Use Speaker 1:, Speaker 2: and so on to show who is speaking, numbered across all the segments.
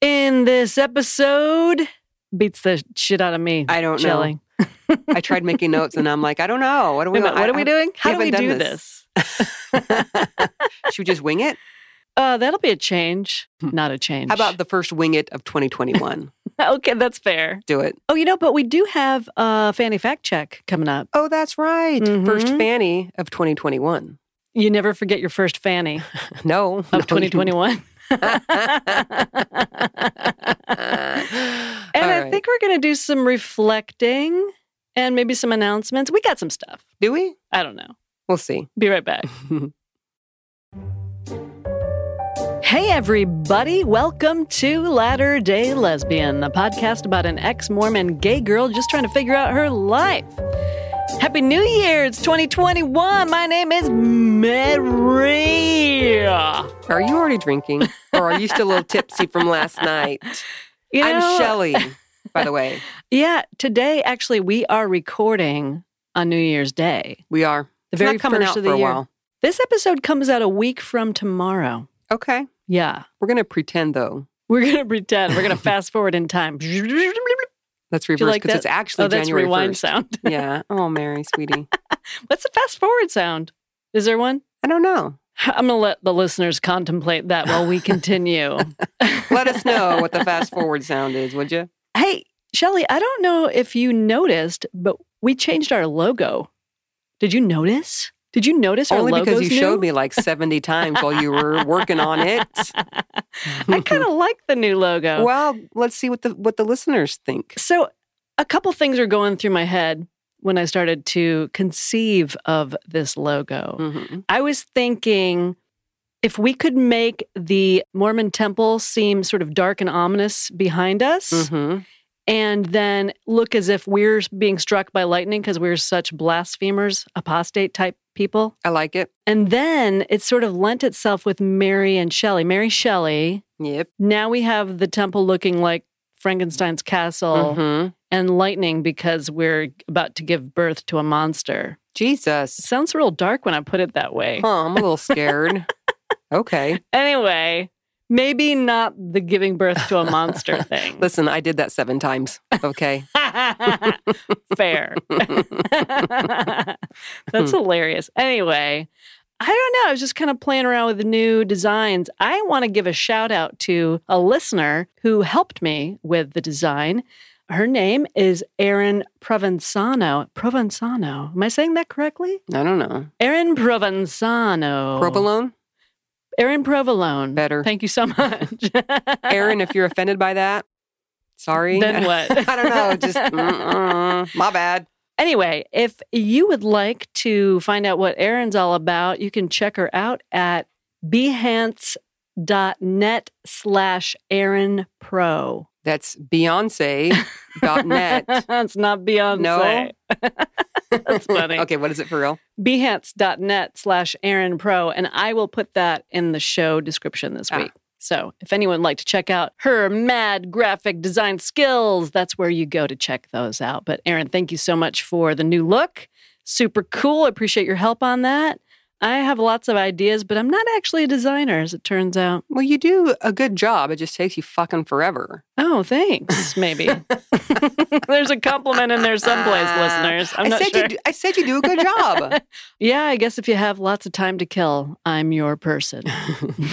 Speaker 1: in this episode beats the shit out of me.
Speaker 2: I don't know.
Speaker 1: Shelley.
Speaker 2: I tried making notes and I'm like, I don't know. What are we
Speaker 1: Wait a minute,
Speaker 2: I-
Speaker 1: what are we
Speaker 2: I-
Speaker 1: doing? How do we
Speaker 2: haven't done
Speaker 1: do
Speaker 2: this.
Speaker 1: this?
Speaker 2: Should we just wing it?
Speaker 1: Uh, that'll be a change, not a change.
Speaker 2: Hmm. How about the first wing it of 2021?
Speaker 1: okay, that's fair.
Speaker 2: Do it.
Speaker 1: Oh, you know, but we do have a uh, fanny fact check coming up.
Speaker 2: Oh, that's right. First
Speaker 1: Mhm.
Speaker 2: Fanny of 2021.
Speaker 1: You never forget your first fanny
Speaker 2: No.
Speaker 1: of 2021. And I think we're going to do some reflecting and maybe some announcements. We got some stuff.
Speaker 2: Do we?
Speaker 1: I don't know.
Speaker 2: We'll see.
Speaker 1: Be right back. Hey, everybody. Welcome to Latter day Lesbian, a podcast about an ex Mormon gay girl just trying to figure out her life. Happy New Year. It's 2021. My name is Mary.
Speaker 2: Are you already drinking? Or are you still a little tipsy from last night?
Speaker 1: You know,
Speaker 2: I'm Shelly, by the way.
Speaker 1: Yeah, today, actually, we are recording on New Year's Day.
Speaker 2: We are.
Speaker 1: The
Speaker 2: It's not
Speaker 1: very
Speaker 2: coming
Speaker 1: first
Speaker 2: out
Speaker 1: of the
Speaker 2: for a
Speaker 1: year.
Speaker 2: while.
Speaker 1: This episode comes out a week from tomorrow.
Speaker 2: Okay.
Speaker 1: Yeah.
Speaker 2: We're going to pretend, though.
Speaker 1: We're going to pretend. We're going to fast forward in time.
Speaker 2: That's reverse
Speaker 1: like
Speaker 2: because
Speaker 1: that?
Speaker 2: it's actually
Speaker 1: oh, that's
Speaker 2: January
Speaker 1: rewind
Speaker 2: 1st.
Speaker 1: sound.
Speaker 2: yeah. Oh, Mary, sweetie.
Speaker 1: What's the fast forward sound? Is there one?
Speaker 2: I don't know.
Speaker 1: I'm going to let the listeners contemplate that while we continue.
Speaker 2: Let us know what the fast forward sound is, would you?
Speaker 1: hey, Shelly, I don't know if you noticed, but we changed our logo. Did you notice? Did you notice our
Speaker 2: Only
Speaker 1: logo's
Speaker 2: because you
Speaker 1: new?
Speaker 2: showed me like 70 times while you were working on it.
Speaker 1: I kind of like the new logo.
Speaker 2: Well, let's see what the what the listeners think.
Speaker 1: So, a couple things were going through my head when I started to conceive of this logo.
Speaker 2: Mhm.
Speaker 1: I was thinking if we could make the Mormon temple seem sort of dark and ominous behind us
Speaker 2: Mhm.
Speaker 1: and then look as if we're being struck by lightning because we're such blasphemers, apostate type people.
Speaker 2: I like it.
Speaker 1: And then it sort of lent itself with Mary and Shelley. Mary Shelley.
Speaker 2: Yep.
Speaker 1: Now we have the temple looking like Frankenstein's castle
Speaker 2: Mhm.
Speaker 1: and lightning because we're about to give birth to a monster. It
Speaker 2: Jesus.
Speaker 1: sounds real dark when I put it that way.
Speaker 2: Huh, I'm a little scared. okay.
Speaker 1: Anyway, maybe not the giving birth to a monster thing.
Speaker 2: Listen, I did that seven times. Okay.
Speaker 1: Fair. That's hilarious. Anyway, I don't know. I was just kind of playing around with the new designs. I want to give a shout out to a listener who helped me with the design. Her name is Erin Provenzano. Provenzano. Am I saying that correctly?
Speaker 2: I don't know.
Speaker 1: Erin
Speaker 2: Oh.
Speaker 1: Provenzano.
Speaker 2: Provolone?
Speaker 1: Erin Provolone.
Speaker 2: Better.
Speaker 1: Thank you so much.
Speaker 2: Aaron, if you're offended by that, sorry.
Speaker 1: Then what?
Speaker 2: I don't know. Just mm-mm, my bad.
Speaker 1: Anyway, if you would like to find out what Erin's all about, you can check her out at behance.net slash Erin Pro.
Speaker 2: That's Beyonce.net.
Speaker 1: it's not Beyonce.
Speaker 2: No.
Speaker 1: That's funny.
Speaker 2: okay, what is it for real?
Speaker 1: Behance.net slash Erin Pro. And I will put that in the show description this
Speaker 2: Ah.
Speaker 1: week. So if anyone would like to check out her mad graphic design skills, that's where you go to check those out. But Erin, thank you so much for the new look. Super cool. I appreciate your help on that. I have lots of ideas, but I'm not actually a designer, as it turns out.
Speaker 2: Well, you do a good job. It just takes you fucking forever.
Speaker 1: Oh, thanks. Maybe there's a compliment in there someplace, listeners. I'm
Speaker 2: Ah. I
Speaker 1: not
Speaker 2: said
Speaker 1: sure.
Speaker 2: you. Do, I said you do a good job.
Speaker 1: yeah, I guess if you have lots of time to kill, I'm your person.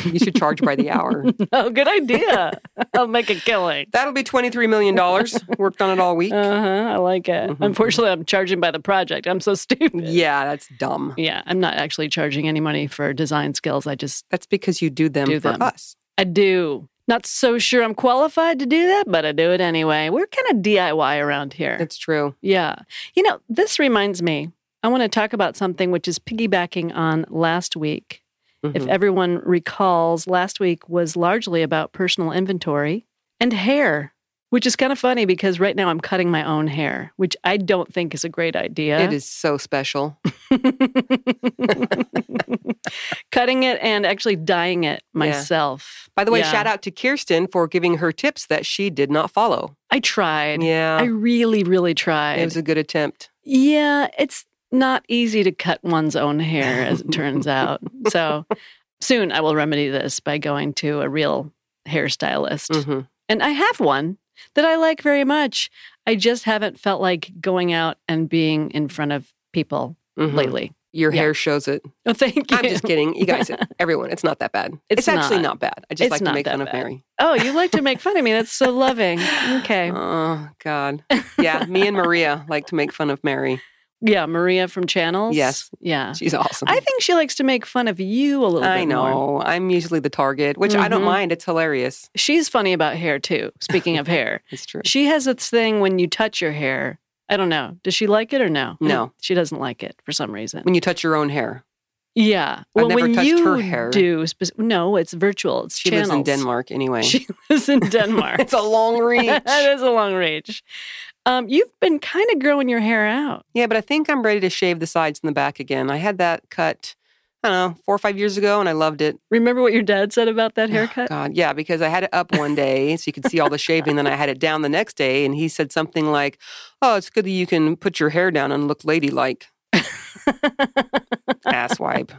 Speaker 2: you should charge by the hour.
Speaker 1: Oh, good idea. I'll make a killing.
Speaker 2: That'll be twenty three million dollars. Worked on it all week.
Speaker 1: Uh huh. I like it. Unfortunately, I'm charging by the project. I'm so stupid.
Speaker 2: yeah, that's dumb.
Speaker 1: Yeah, I'm not actually charging any money for design skills. I just,
Speaker 2: That's because you do them
Speaker 1: Do
Speaker 2: for
Speaker 1: them.
Speaker 2: us.
Speaker 1: I do. Not so sure I'm qualified to do that, but I do it anyway. We're kind of DIY around here.
Speaker 2: That's true.
Speaker 1: yeah. You know, this reminds me, I want to talk about something which is piggybacking on last week. If
Speaker 2: Mhm.
Speaker 1: everyone recalls, last week was largely about personal inventory and hair, which is kind of funny because right now I'm cutting my own hair, which I don't think is a great idea.
Speaker 2: It is so special.
Speaker 1: Cutting it and actually dyeing it myself.
Speaker 2: By the way,
Speaker 1: Yeah.
Speaker 2: shout out to Kirsten for giving her tips that she did not follow.
Speaker 1: I tried.
Speaker 2: Yeah,
Speaker 1: I really, really tried.
Speaker 2: it was a good attempt.
Speaker 1: yeah, it's not easy to cut one's own hair, as it turns out. So soon I will remedy this by going to a real hairstylist.
Speaker 2: Mhm.
Speaker 1: and I have one that I like very much. I just haven't felt like going out and being in front of people
Speaker 2: Mhm.
Speaker 1: lately.
Speaker 2: Your
Speaker 1: Yeah.
Speaker 2: hair shows it.
Speaker 1: Oh, thank you.
Speaker 2: I'm just kidding. You guys, everyone, it's not that bad.
Speaker 1: It's
Speaker 2: actually
Speaker 1: not.
Speaker 2: not bad. I just
Speaker 1: It's
Speaker 2: like to
Speaker 1: not
Speaker 2: make
Speaker 1: that
Speaker 2: fun of
Speaker 1: bad.
Speaker 2: Mary.
Speaker 1: oh, you like to make fun of me. That's so loving. Okay.
Speaker 2: Oh, God. Yeah. me and Maria like to make fun of Mary.
Speaker 1: Yeah, Maria from Channels.
Speaker 2: Yes.
Speaker 1: Yeah.
Speaker 2: She's awesome.
Speaker 1: I think she likes to make fun of you a little bit.
Speaker 2: I know.
Speaker 1: more.
Speaker 2: I'm usually the target, which I don't
Speaker 1: Mhm.
Speaker 2: mind. It's hilarious.
Speaker 1: She's funny about hair too. Speaking of hair,
Speaker 2: It's true.
Speaker 1: she has this thing when you touch your hair. I don't know. Does she like it or no?
Speaker 2: No.
Speaker 1: She doesn't like it for some reason.
Speaker 2: When you touch your own hair,
Speaker 1: Yeah. Well,
Speaker 2: never
Speaker 1: when
Speaker 2: touched
Speaker 1: you
Speaker 2: her hair.
Speaker 1: do, spec- no, it's virtual. It's
Speaker 2: she
Speaker 1: channels.
Speaker 2: lives in Denmark anyway.
Speaker 1: She lives in Denmark.
Speaker 2: it's a long reach.
Speaker 1: that is a long reach. Um, you've been kind of growing your hair out.
Speaker 2: yeah, but I think I'm ready to shave the sides and the back again. I had that cut, I don't know, four or five years ago, and I loved it.
Speaker 1: Remember what your dad said about that haircut?
Speaker 2: Oh, God, yeah, because I had it up one day so you could see all the shaving, then I had it down the next day, and he said something like, "Oh, it's good that you can put your hair down and look ladylike." Asswipe.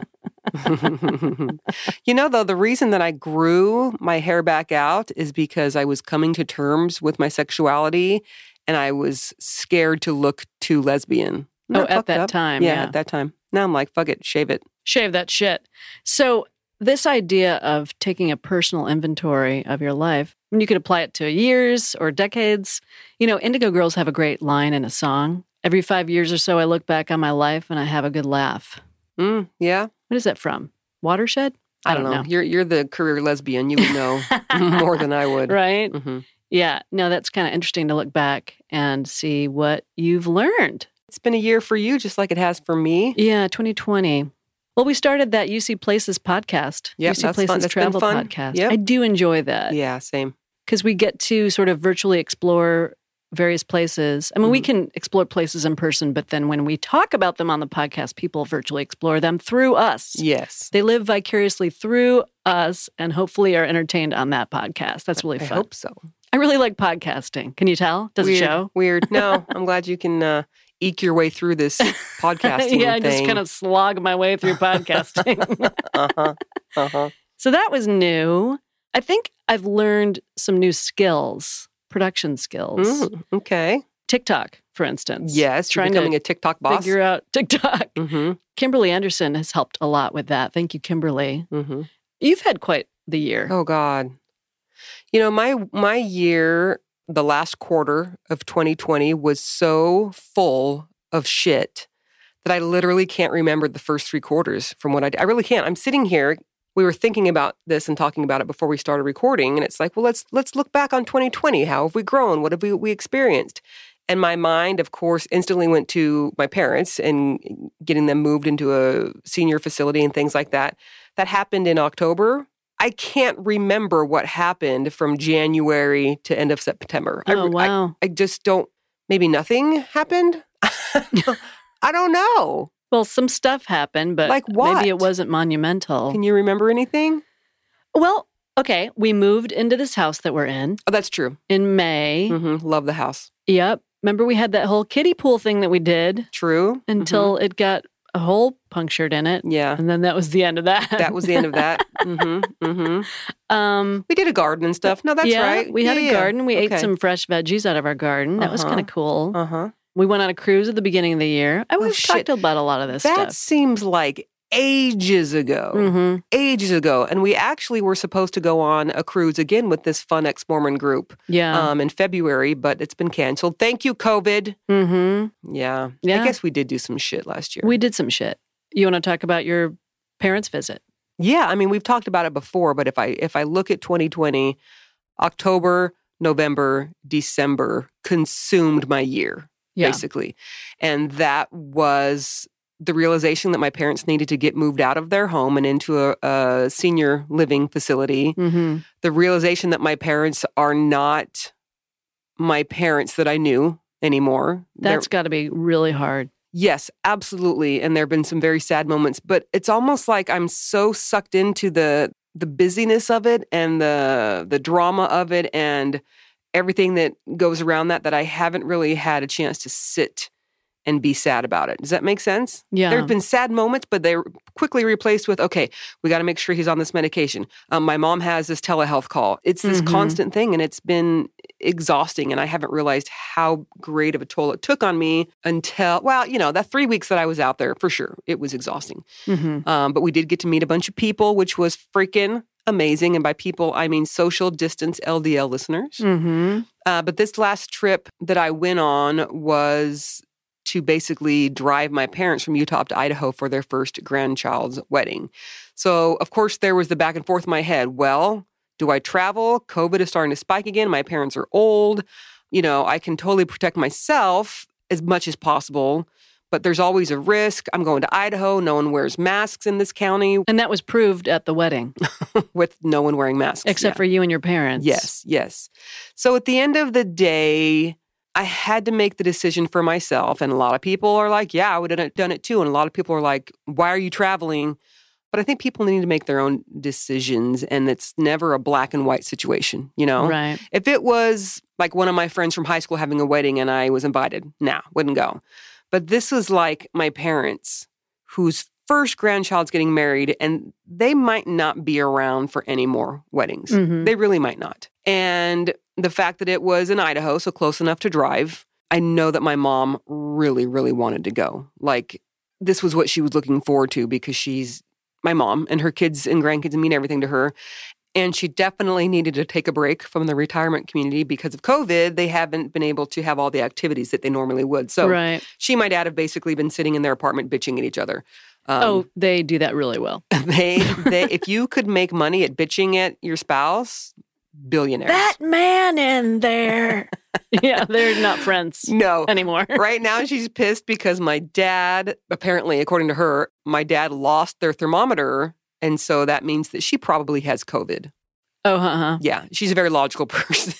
Speaker 2: you know, though, the reason that I grew my hair back out is because I was coming to terms with my sexuality, and I was scared to look too lesbian. Isn't
Speaker 1: oh, at
Speaker 2: fucked
Speaker 1: that
Speaker 2: up?
Speaker 1: time.
Speaker 2: yeah,
Speaker 1: yeah.
Speaker 2: at that time. Now I'm like, fuck it, shave it.
Speaker 1: Shave that shit. So, this idea of taking a personal inventory of your life, and you could apply it to years or decades. You know, Indigo Girls have a great line in a song. Every five years or so, I look back on my life and I have a good laugh.
Speaker 2: Mm, yeah,
Speaker 1: What is that from? Watershed? I don't know.
Speaker 2: You're you're the career lesbian. You would know more than I would.
Speaker 1: Right?
Speaker 2: Mhm.
Speaker 1: Yeah. No, that's kind of interesting to look back and see what you've learned.
Speaker 2: It's been a year for you, just like it has for me.
Speaker 1: Yeah, 2020. Well, we started that UC Places podcast,
Speaker 2: Yep,
Speaker 1: UC
Speaker 2: that's fun.
Speaker 1: Places
Speaker 2: That's been
Speaker 1: Travel
Speaker 2: fun.
Speaker 1: podcast.
Speaker 2: Yep.
Speaker 1: I do enjoy that
Speaker 2: Yeah, same.
Speaker 1: because we get to sort of virtually explore various places. I mean, we
Speaker 2: Mhm.
Speaker 1: can explore places in person, but then when we talk about them on the podcast, people virtually explore them through us.
Speaker 2: Yes.
Speaker 1: They live vicariously through us and hopefully are entertained on that podcast. That's really
Speaker 2: I
Speaker 1: fun.
Speaker 2: hope so.
Speaker 1: I really like podcasting. Can you tell? Does
Speaker 2: Weird.
Speaker 1: it show?
Speaker 2: Weird. No, I'm glad you can uh, eke your way through this podcasting
Speaker 1: yeah, I
Speaker 2: thing.
Speaker 1: just kind of slog my way through podcasting.
Speaker 2: Uh-huh. Uh-huh.
Speaker 1: so that was new. I think I've learned some new skills, production skills.
Speaker 2: Mm, okay.
Speaker 1: TikTok, for instance.
Speaker 2: Yes, you're
Speaker 1: Trying to
Speaker 2: becoming a TikTok boss.
Speaker 1: Figure out TikTok.
Speaker 2: Mm-hmm.
Speaker 1: Kimberly Anderson has helped a lot with that. Thank you, Kimberly.
Speaker 2: Mm-hmm.
Speaker 1: You've had quite the year.
Speaker 2: Oh God. You know, my my year, the last quarter of 2020 was so full of shit that I literally can't remember the first three quarters from what I did. I really can't. I'm sitting here. We were thinking about this and talking about it before we started recording, and it's like, well, let's let's look back on 2020. How have we grown? What have we, we experienced? And my mind, of course, instantly went to my parents and getting them moved into a senior facility and things like that. That happened in October. I can't remember what happened from January to end of September. I-
Speaker 1: Oh,
Speaker 2: I,
Speaker 1: wow.
Speaker 2: I just don't. Maybe nothing happened. I don't know.
Speaker 1: well, some stuff happened, but
Speaker 2: Like
Speaker 1: maybe it
Speaker 2: what?
Speaker 1: wasn't monumental.
Speaker 2: Can you remember anything?
Speaker 1: well, okay. We moved into this house that we're in
Speaker 2: Oh, that's true.
Speaker 1: in May.
Speaker 2: hmm Love the house.
Speaker 1: Yep. Remember we had that whole kiddie pool thing that we did
Speaker 2: True.
Speaker 1: until it got a hole punctured in it.
Speaker 2: Mhm. Mm-hmm. yeah,
Speaker 1: And then that was the end of that.
Speaker 2: that was the end of that. hmm hmm
Speaker 1: um
Speaker 2: We did a garden and stuff. No, that's
Speaker 1: yeah,
Speaker 2: right.
Speaker 1: We had
Speaker 2: Yeah,
Speaker 1: a
Speaker 2: yeah.
Speaker 1: garden. We
Speaker 2: Okay.
Speaker 1: ate some fresh veggies out of our garden. That was
Speaker 2: Uh-huh.
Speaker 1: kind of cool.
Speaker 2: Uh huh.
Speaker 1: We went on a cruise at the beginning of the year. I
Speaker 2: Oh,
Speaker 1: was
Speaker 2: shit.
Speaker 1: talked about a lot of
Speaker 2: That
Speaker 1: this stuff.
Speaker 2: seems like ages ago.
Speaker 1: Mm-hmm.
Speaker 2: Ages ago, and we actually were supposed to go on a cruise again with this fun ex-Mormon group
Speaker 1: Yeah.
Speaker 2: um, in February, but it's been canceled. Thank you, COVID.
Speaker 1: mm-hmm.
Speaker 2: Yeah.
Speaker 1: Yeah.
Speaker 2: I guess we did do some shit last year.
Speaker 1: We did some shit. You want to talk about your parents' visit?
Speaker 2: yeah, I mean we've talked about it before, but if I if I look at 2020, October, November, December consumed my year
Speaker 1: Yeah.
Speaker 2: basically. And that was the realization that my parents needed to get moved out of their home and into a, a senior living facility.
Speaker 1: Mm-hmm.
Speaker 2: The realization that my parents are not my parents that I knew anymore. They're-
Speaker 1: That's got to be really hard.
Speaker 2: Yes, absolutely. And there have been some very sad moments, but it's almost like I'm so sucked into the the busyness of it and the the drama of it and everything that goes around that that I haven't really had a chance to sit and be sad about it. Does that make sense?
Speaker 1: Yeah.
Speaker 2: There have been sad moments, but they're quickly replaced with, okay, we got to make sure he's on this medication. Um, my mom has this telehealth call. It's this
Speaker 1: Mhm.
Speaker 2: constant thing, and it's been exhausting. And I haven't realized how great of a toll it took on me until, well, you know, that three weeks that I was out there, for sure, it was exhausting.
Speaker 1: Mhm.
Speaker 2: Um, but we did get to meet a bunch of people, which was freaking amazing. And by people, I mean social distance LDL listeners.
Speaker 1: Mhm.
Speaker 2: Uh, but this last trip that I went on was to basically drive my parents from Utah up to Idaho for their first grandchild's wedding. So, of course, there was the back and forth in my head. Well, do I travel? COVID is starting to spike again. My parents are old. You know, I can totally protect myself as much as possible, but there's always a risk. I'm going to Idaho. No one wears masks in this county
Speaker 1: And that was proved at the wedding,
Speaker 2: with no one wearing masks.
Speaker 1: except
Speaker 2: Yeah.
Speaker 1: for you and your parents.
Speaker 2: Yes, yes. So at the end of the day, I had to make the decision for myself. And a lot of people are like, yeah, I would have done it too. And a lot of people are like, why are you traveling? But I think people need to make their own decisions. And it's never a black and white situation, you know?
Speaker 1: Right.
Speaker 2: If it was like one of my friends from high school having a wedding and I was invited, nah, wouldn't go. But this was like my parents, whose first grandchild's getting married, and they might not be around for any more weddings.
Speaker 1: Mhm.
Speaker 2: They really might not. And the fact that it was in Idaho, so close enough to drive, I know that my mom really, really wanted to go. Like, this was what she was looking forward to because she's my mom and her kids and grandkids mean everything to her. And she definitely needed to take a break from the retirement community because of COVID. They haven't been able to have all the activities that they normally would. So
Speaker 1: right.
Speaker 2: she and my dad have basically been sitting in their apartment bitching at each other. Um,
Speaker 1: oh, they do that really well.
Speaker 2: they, they if you could make money at bitching at your spouse, billionaires.
Speaker 1: man in there. yeah, they're not friends
Speaker 2: no.
Speaker 1: anymore.
Speaker 2: right now she's pissed because my dad, apparently, according to her, my dad lost their thermometer. And so that means that she probably has COVID.
Speaker 1: Oh, uh-huh.
Speaker 2: Yeah, she's a very logical person.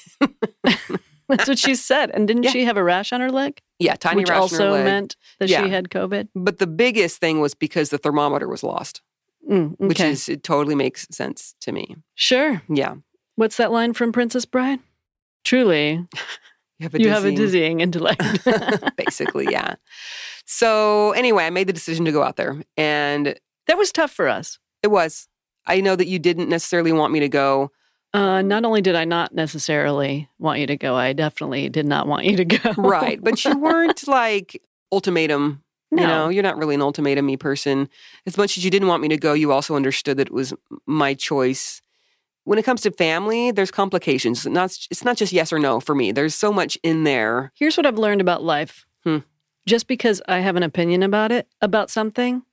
Speaker 1: That's what she said. And didn't
Speaker 2: Yeah.
Speaker 1: she have a rash on her leg?
Speaker 2: yeah, tiny
Speaker 1: Which
Speaker 2: rash in her
Speaker 1: also
Speaker 2: leg.
Speaker 1: meant that
Speaker 2: Yeah.
Speaker 1: she had COVID.
Speaker 2: But the biggest thing was because the thermometer was lost,
Speaker 1: Mm, okay.
Speaker 2: which is it totally makes sense to me.
Speaker 1: sure.
Speaker 2: Yeah,
Speaker 1: What's that line from Princess Bride? Truly,
Speaker 2: you have
Speaker 1: you have a
Speaker 2: dizzying-
Speaker 1: dizzying intellect.
Speaker 2: basically, yeah. So anyway, I made the decision to go out there, and
Speaker 1: that was tough for us.
Speaker 2: it was. I know that you didn't necessarily want me to go.
Speaker 1: Uh, not only did I not necessarily want you to go, I definitely did not want you to go.
Speaker 2: Right. But you weren't like ultimatum.
Speaker 1: No.
Speaker 2: You know, you're not really an ultimatum y person. As much as you didn't want me to go, you also understood that it was my choice. When it comes to family, there's complications. It's not, it's not just yes or no for me. There's so much in there.
Speaker 1: Here's what I've learned about life.
Speaker 2: Hmm.
Speaker 1: Just because I have an opinion about it, about something,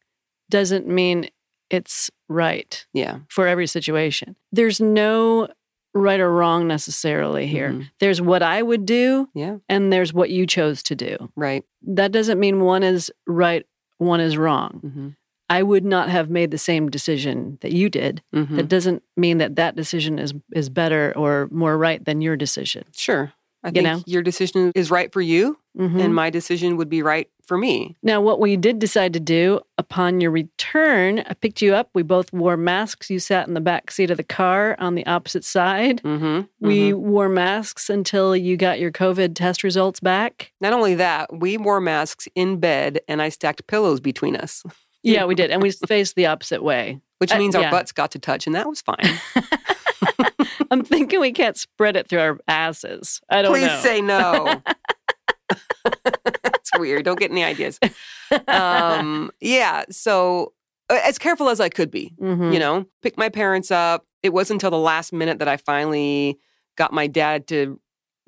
Speaker 1: doesn't mean it's right
Speaker 2: Yeah.
Speaker 1: for every situation. There's no right or wrong necessarily here.
Speaker 2: Mhm.
Speaker 1: There's what I would do
Speaker 2: Yeah.
Speaker 1: and there's what you chose to do.
Speaker 2: Right.
Speaker 1: That doesn't mean one is right, one is wrong.
Speaker 2: Mm-hmm.
Speaker 1: I would not have made the same decision that you did.
Speaker 2: Mm-hmm.
Speaker 1: That doesn't mean that that decision is is better or more right than your decision.
Speaker 2: Sure. I
Speaker 1: You
Speaker 2: think
Speaker 1: know?
Speaker 2: your decision is right for you,
Speaker 1: Mhm.
Speaker 2: and my decision would be right for me.
Speaker 1: Now, what we did decide to do upon your return, I picked you up. We both wore masks. You sat in the back seat of the car on the opposite side.
Speaker 2: Mm-hmm.
Speaker 1: We wore masks until you got your COVID test results back.
Speaker 2: Not only that, we wore masks in bed, and I stacked pillows between us.
Speaker 1: Yeah, we did. And we faced the opposite way.
Speaker 2: which
Speaker 1: Uh,
Speaker 2: means
Speaker 1: yeah.
Speaker 2: our butts got to touch, and that was fine.
Speaker 1: I'm thinking we can't spread it through our asses. I don't
Speaker 2: Please
Speaker 1: know.
Speaker 2: say no. That's weird. Don't get any ideas. Um, yeah. So, uh, as careful as I could be,
Speaker 1: Mhm.
Speaker 2: you know, pick my parents up. It wasn't until the last minute that I finally got my dad to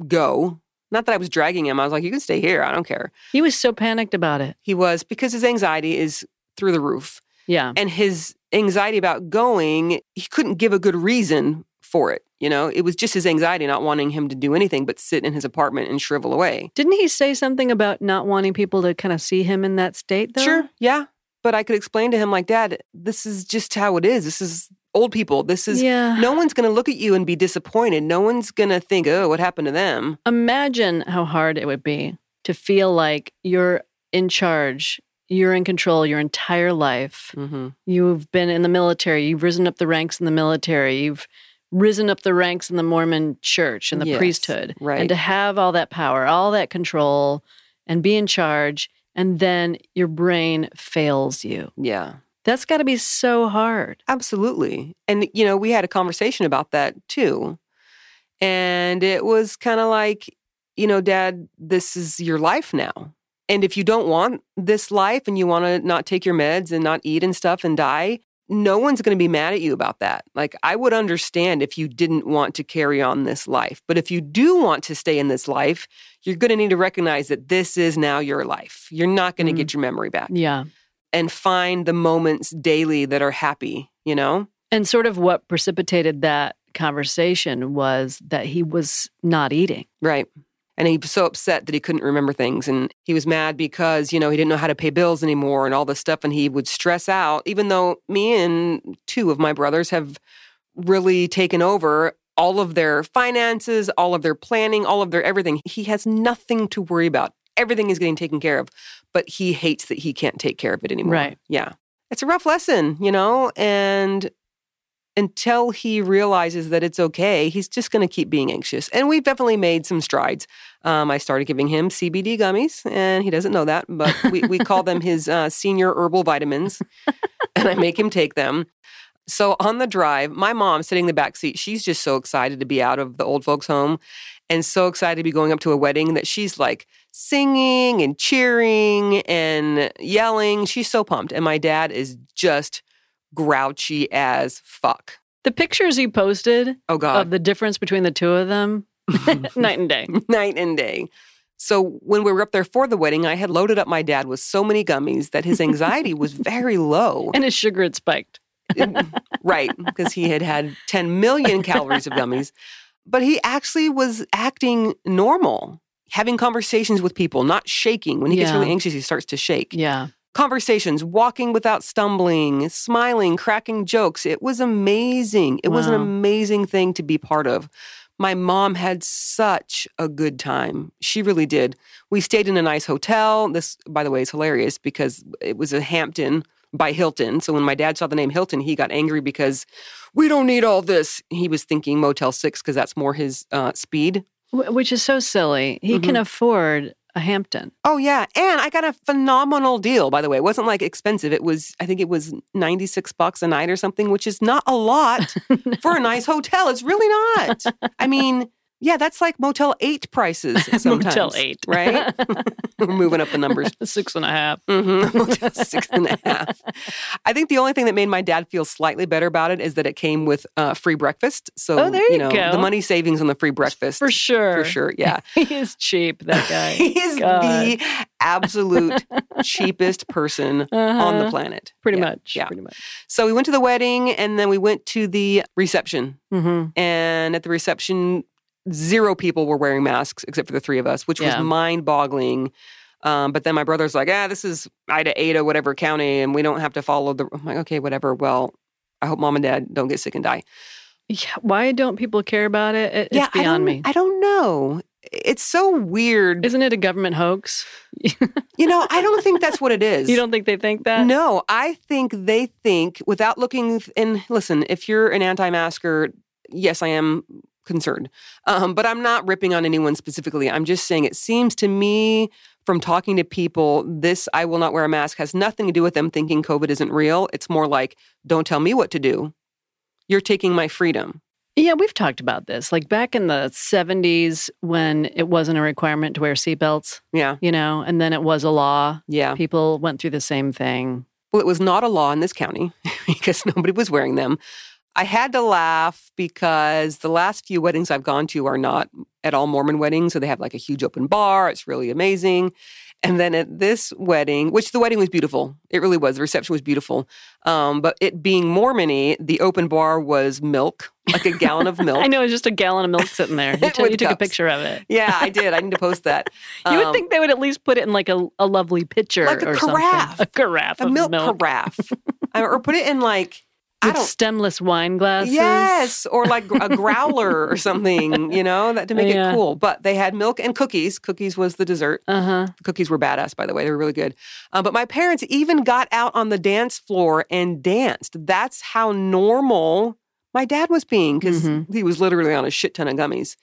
Speaker 2: go. Not that I was dragging him. I was like, you can stay here. I don't care.
Speaker 1: He was so panicked about it.
Speaker 2: He was because his anxiety is through the roof.
Speaker 1: Yeah.
Speaker 2: and his anxiety about going, he couldn't give a good reason for it. You know, it was just his anxiety not wanting him to do anything but sit in his apartment and shrivel away.
Speaker 1: Didn't he say something about not wanting people to kind of see him in that state, though?
Speaker 2: Sure, yeah. But I could explain to him, like, Dad, this is just how it is. This is old people. This is
Speaker 1: yeah.
Speaker 2: no one's going to look at you and be disappointed. No one's going to think, oh, what happened to them?
Speaker 1: imagine how hard it would be to feel like you're in charge, you're in control your entire life.
Speaker 2: Mm-hmm.
Speaker 1: You've been in the military, you've risen up the ranks in the military, you've risen up the ranks in the Mormon church and uh, the
Speaker 2: Yes,
Speaker 1: priesthood.
Speaker 2: right.
Speaker 1: And to have all that power, all that control, and be in charge, and then your brain fails you.
Speaker 2: Yeah.
Speaker 1: That's got to be so hard.
Speaker 2: Absolutely. And, you know, we had a conversation about that too. And it was kind of like, you know, dad, this is your life now. And if you don't want this life and you want to not take your meds and not eat and stuff and die, no one's going to be mad at you about that. Like, I would understand if you didn't want to carry on this life. But if you do want to stay in this life, you're going to need to recognize that this is now your life. You're not going to
Speaker 1: Mm.
Speaker 2: get your memory back
Speaker 1: Yeah.
Speaker 2: and find the moments daily that are happy, you know?
Speaker 1: And sort of what precipitated that conversation was that he was not eating.
Speaker 2: Right. And he was so upset that he couldn't remember things. And he was mad because, you know, he didn't know how to pay bills anymore and all this stuff. And he would stress out, even though me and two of my brothers have really taken over all of their finances, all of their planning, all of their everything. He has nothing to worry about. Everything is getting taken care of, but he hates that he can't take care of it anymore.
Speaker 1: Right.
Speaker 2: Yeah. It's a rough lesson, you know? And until he realizes that it's okay, he's just going to keep being anxious. And we've definitely made some strides. Um, I started giving him CBD gummies, and he doesn't know that, but we, we call them his uh, senior herbal vitamins, and I make him take them. So on the drive, my mom sitting in the back seat, she's just so excited to be out of the old folks' home and so excited to be going up to a wedding that she's like singing and cheering and yelling. She's so pumped. And my dad is just grouchy as fuck.
Speaker 1: The pictures he posted
Speaker 2: Oh
Speaker 1: of
Speaker 2: God,
Speaker 1: the difference between the two of them, night and day.
Speaker 2: night and day. So when we were up there for the wedding, I had loaded up my dad with so many gummies that his anxiety was very low.
Speaker 1: And his sugar had spiked.
Speaker 2: right, because he had had 10 million calories of gummies. But he actually was acting normal, having conversations with people, not shaking. When he gets
Speaker 1: Yeah.
Speaker 2: really anxious, he starts to shake.
Speaker 1: Yeah.
Speaker 2: Conversations, walking without stumbling, smiling, cracking jokes. It was amazing. It was an
Speaker 1: Wow.
Speaker 2: amazing thing to be part of. My mom had such a good time. She really did. We stayed in a nice hotel. This, by the way, is hilarious because it was a Hampton by Hilton. So when my dad saw the name Hilton, he got angry because we don't need all this. He was thinking Motel 6 because that's more his uh, speed.
Speaker 1: Wh- Which is so silly. He
Speaker 2: Mm-hmm.
Speaker 1: can afford a Hampton.
Speaker 2: Oh yeah, and I got a phenomenal deal. By the way, it wasn't like expensive. It was, I think, it was ninety six bucks a night or something, which is not a lot for a nice hotel. It's really not. I mean, yeah, that's like Motel Eight prices sometimes.
Speaker 1: Motel 8.
Speaker 2: right? We're moving up the numbers.
Speaker 1: Six and a half.
Speaker 2: Mm-hmm. Motel six and a half. I think the only thing that made my dad feel slightly better about it is that it came with uh, free breakfast. So
Speaker 1: Oh, there you
Speaker 2: know,
Speaker 1: go.
Speaker 2: the money savings on the free breakfast
Speaker 1: For sure.
Speaker 2: For sure, yeah.
Speaker 1: He is cheap, that guy.
Speaker 2: He is the absolute cheapest person on the
Speaker 1: Uh-huh.
Speaker 2: planet.
Speaker 1: Pretty
Speaker 2: Yeah.
Speaker 1: much.
Speaker 2: Yeah.
Speaker 1: Pretty much.
Speaker 2: So we went to the wedding and then we went to the reception.
Speaker 1: Mm-hmm.
Speaker 2: And at the reception, zero people were wearing masks except for the three of us, which
Speaker 1: Yeah.
Speaker 2: was mind boggling. Um, but then my brother's like, ah, this is Ida, Ada, whatever county, and we don't have to follow the. I'm like, okay, whatever. Well, I hope mom and dad don't get sick and die.
Speaker 1: Yeah, why don't people care about it? It- it's
Speaker 2: I
Speaker 1: beyond
Speaker 2: don't,
Speaker 1: me.
Speaker 2: I don't know. It's so weird.
Speaker 1: Isn't it a government hoax?
Speaker 2: you know, I don't think that's what it is.
Speaker 1: You don't think they think that?
Speaker 2: No, I think they think without looking. th- And listen, if you're an anti-masker, yes, I am concerned, um, but I'm not ripping on anyone specifically. I'm just saying it seems to me from talking to people, this "I will not wear a mask" has nothing to do with them thinking COVID isn't real. It's more like, "Don't tell me what to do. You're taking my freedom."
Speaker 1: Yeah, we've talked about this. Like back in the 70s when it wasn't a requirement to wear seatbelts,
Speaker 2: Yeah,
Speaker 1: you know, and then it was a law.
Speaker 2: yeah.
Speaker 1: People went through the same thing.
Speaker 2: Well, it was not a law in this county because nobody was wearing them. I had to laugh because the last few weddings I've gone to are not at all Mormon weddings. So they have like a huge open bar. It's really amazing. And then at this wedding, which the wedding was beautiful, it really was. The reception was beautiful. Um, but it being Mormony, the open bar was milk, like a gallon of milk.
Speaker 1: I know it's just a gallon of milk sitting there. You, took-
Speaker 2: With
Speaker 1: you took a
Speaker 2: cups.
Speaker 1: picture of it.
Speaker 2: Yeah, I did. I need to post that.
Speaker 1: You would
Speaker 2: Um,
Speaker 1: think they would at least put it in like a, a lovely pitcher
Speaker 2: Like a
Speaker 1: or something.
Speaker 2: carafe.
Speaker 1: A carafe
Speaker 2: a
Speaker 1: of
Speaker 2: milk,
Speaker 1: milk,
Speaker 2: carafe, Uh, or put it in like I
Speaker 1: with
Speaker 2: don't
Speaker 1: stemless wine glasses.
Speaker 2: Yes, or like a growler or something, you know, that to make
Speaker 1: Yeah.
Speaker 2: it cool. But they had milk and cookies. Cookies was the dessert.
Speaker 1: Uh huh.
Speaker 2: The cookies were badass, by the way. They were really good. Uh, but my parents even got out on the dance floor and danced. That's how normal my dad was being because
Speaker 1: Mhm.
Speaker 2: he was literally on a shit ton of gummies.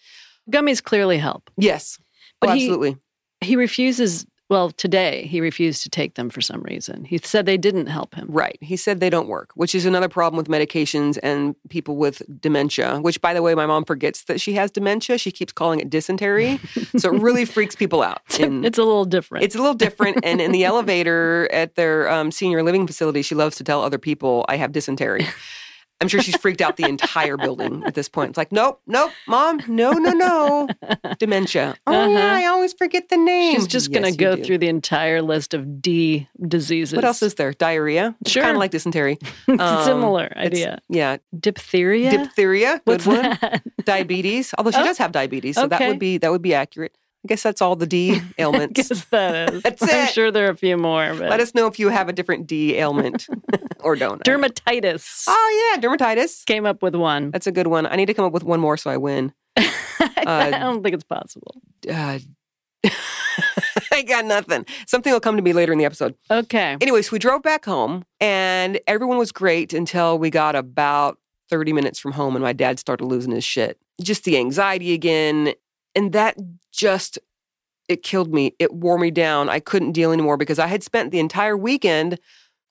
Speaker 1: Gummies clearly help.
Speaker 2: Yes. Oh,
Speaker 1: But he-
Speaker 2: absolutely.
Speaker 1: He refuses Well, today he refused to take them for some reason. He said they didn't help him.
Speaker 2: Right. He said they don't work, which is another problem with medications and people with dementia, which, by the way, my mom forgets that she has dementia. She keeps calling it dysentery. so it really freaks people out. And
Speaker 1: It's a little different.
Speaker 2: it's a little different. And in the elevator at their um, senior living facility, she loves to tell other people, I have dysentery. I'm sure she's freaked out the entire building at this point. It's like, nope, nope, mom, no, no, no. Dementia. Oh, yeah,
Speaker 1: Uh-huh.
Speaker 2: I always forget the name.
Speaker 1: She's just going
Speaker 2: Yes,
Speaker 1: to
Speaker 2: you
Speaker 1: go
Speaker 2: do.
Speaker 1: through the entire list of D diseases.
Speaker 2: What else is there? Diarrhea. It's Kind
Speaker 1: Sure.
Speaker 2: of like dysentery. Um,
Speaker 1: It's similar
Speaker 2: It's-
Speaker 1: idea?
Speaker 2: Yeah.
Speaker 1: Diphtheria.
Speaker 2: Diphtheria. Good
Speaker 1: What's
Speaker 2: one.
Speaker 1: that?
Speaker 2: Diabetes. Although she
Speaker 1: Oh,
Speaker 2: does have diabetes, so that
Speaker 1: okay.
Speaker 2: would be that would be accurate. I guess that's all the D ailments.
Speaker 1: Guess that is.
Speaker 2: That's
Speaker 1: I'm
Speaker 2: it.
Speaker 1: sure there are a few more, but
Speaker 2: Let us know if you have a different D ailment or don't.
Speaker 1: dermatitis
Speaker 2: Oh yeah, dermatitis.
Speaker 1: came up with one.
Speaker 2: That's a good one. I need to come up with one more so I win.
Speaker 1: I don't think it's possible.
Speaker 2: Uh, I got nothing. Something will come to me later in the episode.
Speaker 1: Okay.
Speaker 2: Anyways, we drove back home and everyone was great until we got about 30 minutes from home and my dad started losing his shit. Just the anxiety again. And that just, it killed me. It wore me down. I couldn't deal anymore because I had spent the entire weekend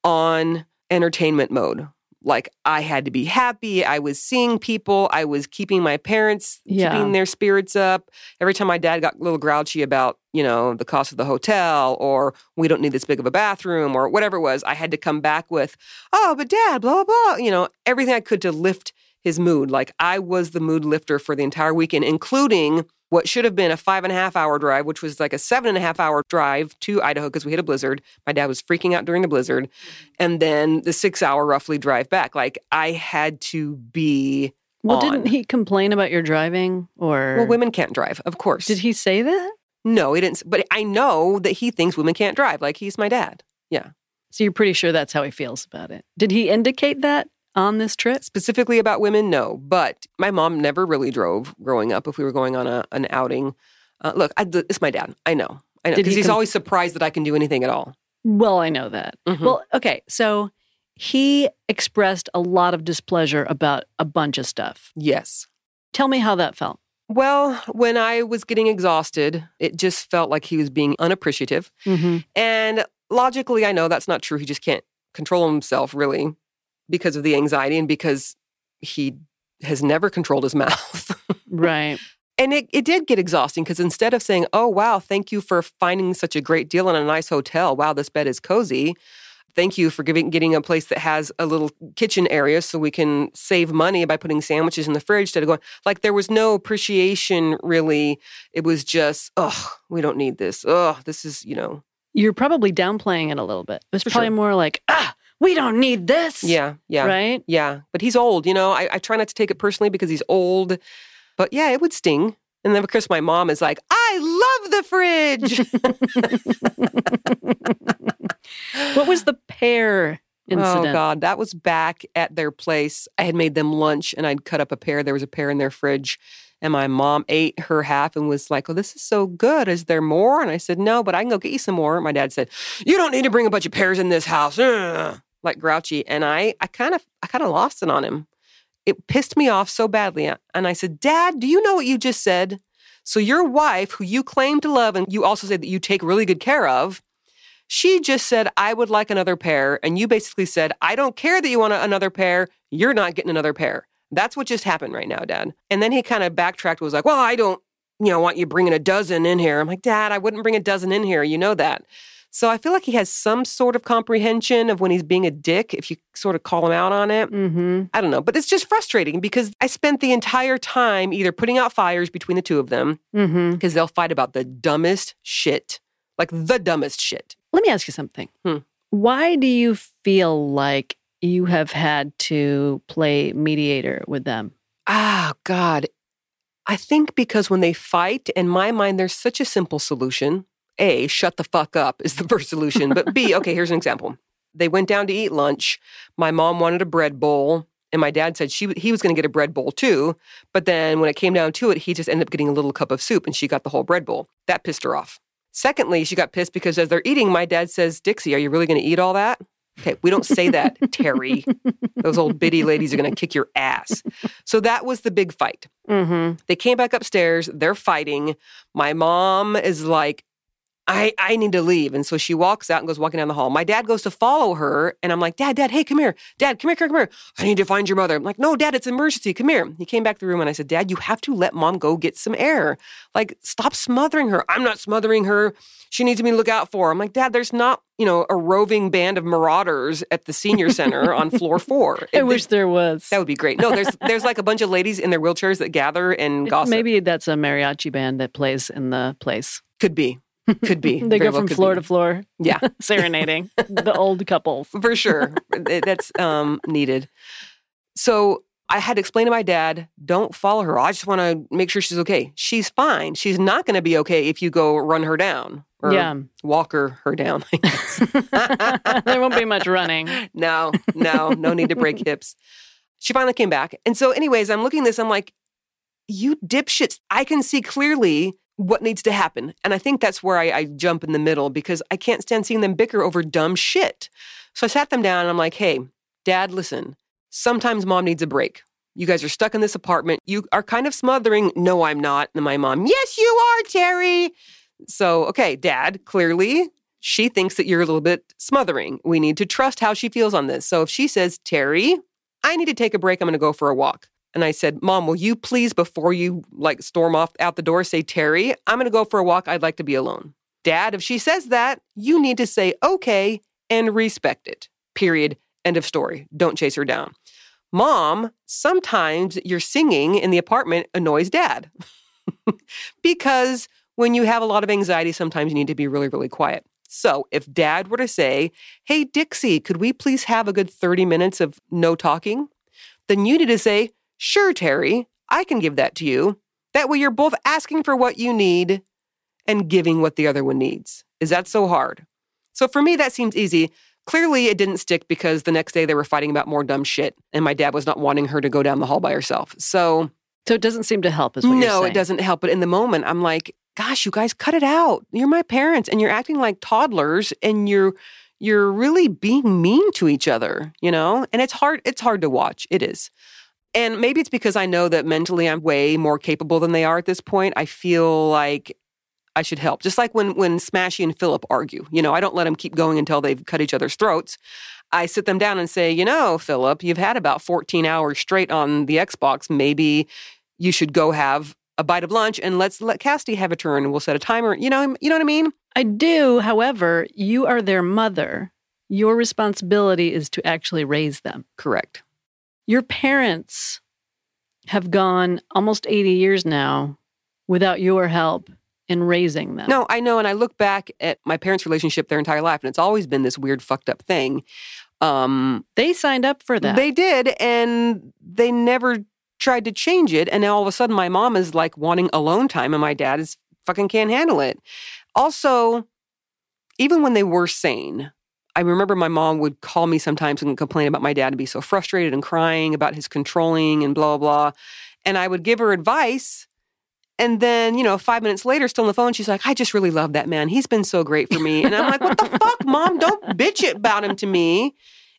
Speaker 2: on entertainment mode. Like I had to be happy. I was seeing people. I was keeping my parents,
Speaker 1: Yeah.
Speaker 2: keeping their spirits up. Every time my dad got a little grouchy about, you know, the cost of the hotel or we don't need this big of a bathroom or whatever it was, I had to come back with, oh, but dad, blah, blah, blah, you know, everything I could to lift his mood. Like I was the mood lifter for the entire weekend, including what should have been a five and a half hour drive, which was like a seven and a half hour drive to Idaho because we hit a blizzard. My dad was freaking out during the blizzard.
Speaker 1: Mm-hmm.
Speaker 2: And then the six hour roughly drive back. Like I had to be,
Speaker 1: Well,
Speaker 2: on.
Speaker 1: didn't he complain about your driving or
Speaker 2: well, women can't drive, of course.
Speaker 1: did he say that?
Speaker 2: No, he didn't. s- But I know that he thinks women can't drive. Like he's my dad.
Speaker 1: So you're pretty sure that's how he feels about it. Did he indicate that on this trip?
Speaker 2: Specifically about women, no. But my mom never really drove growing up. If we were going on a, an outing, uh, look, I, it's my dad. I know. I know
Speaker 1: Did
Speaker 2: because
Speaker 1: he
Speaker 2: he's
Speaker 1: com-
Speaker 2: always surprised that I can do anything at all.
Speaker 1: Well, I know that.
Speaker 2: Mhm.
Speaker 1: Well, okay. So he expressed a lot of displeasure about a bunch of stuff.
Speaker 2: yes.
Speaker 1: Tell me how that felt.
Speaker 2: Well, when I was getting exhausted, it just felt like he was being unappreciative.
Speaker 1: Mm-hmm.
Speaker 2: And logically, I know that's not true. He just can't control himself really because of the anxiety and because he has never controlled his mouth.
Speaker 1: Right.
Speaker 2: And it, it did get exhausting because instead of saying, oh, wow, thank you for finding such a great deal in a nice hotel. Wow, this bed is cozy. Thank you for giving, getting a place that has a little kitchen area so we can save money by putting sandwiches in the fridge instead of going. Like there was no appreciation really. It was just, oh, we don't need this. Oh, this is, you know,
Speaker 1: You're probably downplaying it a little bit. It was
Speaker 2: For
Speaker 1: probably
Speaker 2: sure.
Speaker 1: more like, ah, we don't need this.
Speaker 2: yeah, yeah.
Speaker 1: Right?
Speaker 2: Yeah, but he's old. You know, I, I try not to take it personally because he's old. But yeah, it would sting. And then of course my mom is like, I love the fridge.
Speaker 1: What was the pear incident?
Speaker 2: Oh God, that was back at their place. I had made them lunch and I'd cut up a pear. There was a pear in their fridge. And my mom ate her half and was like, Oh, this is so good. Is there more? And I said, No, but I can go get you some more. My dad said, You don't need to bring a bunch of pears in this house. Ugh," Like grouchy. And I I kind of I kind of lost it on him. It pissed me off so badly. And I said, Dad, do you know what you just said? So your wife, who you claim to love and you also say that you take really good care of, she just said, I would like another pair. And you basically said, I don't care that you want a- another pair. You're not getting another pair. That's what just happened right now, Dad. And then he kind of backtracked, was like, Well, I don't, you know, want you bringing a dozen in here. I'm like, Dad, I wouldn't bring a dozen in here. You know that. So I feel like he has some sort of comprehension of when he's being a dick, if you sort of call him out on it.
Speaker 1: Mm-hmm.
Speaker 2: I don't know, but it's just frustrating because I spent the entire time either putting out fires between the two of them
Speaker 1: Mm-hmm.
Speaker 2: because they'll fight about the dumbest shit, like the dumbest shit.
Speaker 1: Let me ask you something.
Speaker 2: Hmm.
Speaker 1: Why do you feel like you have had to play mediator with them?
Speaker 2: Ah, God. I think because when they fight, in my mind, there's such a simple solution. A, shut the fuck up is the first solution. But B, okay, here's an example. They went down to eat lunch. My mom wanted a bread bowl, and my dad said she he was going to get a bread bowl too. But then when it came down to it, he just ended up getting a little cup of soup, and she got the whole bread bowl. That pissed her off. Secondly, she got pissed because as they're eating, my dad says, "Dixie, are you really going to eat all that?" Okay, we don't say that, Terry. Those old biddy ladies are going to kick your ass. So that was the big fight.
Speaker 1: Mm-hmm.
Speaker 2: They came back upstairs, they're fighting. My mom is like, I, I need to leave. And so she walks out and goes walking down the hall. My dad goes to follow her. And I'm like, Dad, Dad, hey, come here. Dad, come here, come here, come here. I need to find your mother. I'm like, No, Dad, it's an emergency. Come here. He came back to the room and I said, Dad, you have to let mom go get some air. Like, stop smothering her. I'm not smothering her. She needs me to look out for. her." I'm like, Dad, there's not, you know, a roving band of marauders at the senior center on floor four.
Speaker 1: I wish there was.
Speaker 2: that would be great. No, there's there's like a bunch of ladies in their wheelchairs that gather and gossip.
Speaker 1: Maybe that's a mariachi band that plays in the place.
Speaker 2: Could be. Could be.
Speaker 1: They
Speaker 2: Very
Speaker 1: go
Speaker 2: well
Speaker 1: from
Speaker 2: could
Speaker 1: floor
Speaker 2: be.
Speaker 1: to floor
Speaker 2: Yeah.
Speaker 1: serenading the old couples.
Speaker 2: for sure. Th- That's um, needed. So I had to explain to my dad, don't follow her. I just want to make sure she's okay. She's fine. She's not going to be okay if you go run her down or
Speaker 1: Yeah.
Speaker 2: walk her, her down. I guess.
Speaker 1: there won't be much running.
Speaker 2: no, no, no need to break hips. She finally came back. And so, anyways, I'm looking at this, I'm like, you dipshits, I can see clearly what needs to happen. And I think that's where I, I jump in the middle because I can't stand seeing them bicker over dumb shit. So I sat them down and I'm like, hey, dad, listen, sometimes mom needs a break. You guys are stuck in this apartment. You are kind of smothering. No, I'm not. And my mom, yes, you are, Terry. So, okay, dad, clearly she thinks that you're a little bit smothering. We need to trust how she feels on this. So if she says, Terry, I need to take a break. I'm going to go for a walk. And I said, Mom, will you please, before you like storm off out the door, say, Terry, I'm going to go for a walk. I'd like to be alone. Dad, if she says that, you need to say, okay, and respect it. Period. End of story. Don't chase her down. Mom, sometimes your singing in the apartment annoys dad because when you have a lot of anxiety, sometimes you need to be really, really quiet. So if dad were to say, Hey, Dixie, could we please have a good 30 minutes of no talking? Then you need to say, Sure, Terry, I can give that to you. That way you're both asking for what you need and giving what the other one needs. Is that so hard? So for me, that seems easy. Clearly, it didn't stick because the next day they were fighting about more dumb shit, and my dad was not wanting her to go down the hall by herself. So
Speaker 1: So it doesn't seem to help, is what you're
Speaker 2: no,
Speaker 1: saying.
Speaker 2: it doesn't help. But in the moment, I'm like, gosh, you guys cut it out. You're my parents and you're acting like toddlers and you're you're really being mean to each other, you know? And it's hard it's hard to watch. It is. And maybe it's because I know that mentally I'm way more capable than they are at this point. I feel like I should help. Just like when when Smashy and Philip argue, you know, I don't let them keep going until they've cut each other's throats. I sit them down and say, you know, Philip, you've had about 14 hours straight on the Xbox. Maybe you should go have a bite of lunch and let's let Casty have a turn. We'll set a timer. You know, you know what I mean?
Speaker 1: I do. However, you are their mother. Your responsibility is to actually raise them.
Speaker 2: Correct.
Speaker 1: Your parents have gone almost 80 years now without your help in raising them.
Speaker 2: No, I know. And I look back at my parents' relationship their entire life, and it's always been this weird, fucked up thing. Um,
Speaker 1: They signed up for that.
Speaker 2: They did, and they never tried to change it. And now all of a sudden, my mom is like wanting alone time, and my dad is fucking can't handle it. Also, even when they were sane, I remember my mom would call me sometimes and complain about my dad and be so frustrated and crying about his controlling and blah, blah, blah. And I would give her advice. And then, you know, five minutes later, still on the phone, she's like, I just really love that man. He's been so great for me. And I'm like, what the fuck, mom? Don't bitch about him to me.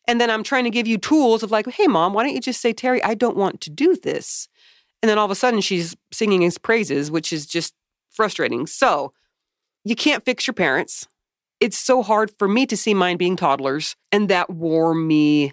Speaker 2: And then I'm trying to give you tools of like, hey, mom, why don't you just say, Terry, I don't want to do this? And then all of a sudden she's singing his praises, which is just frustrating. So you can't fix your parents. It's so hard for me to see mine being toddlers. And that wore me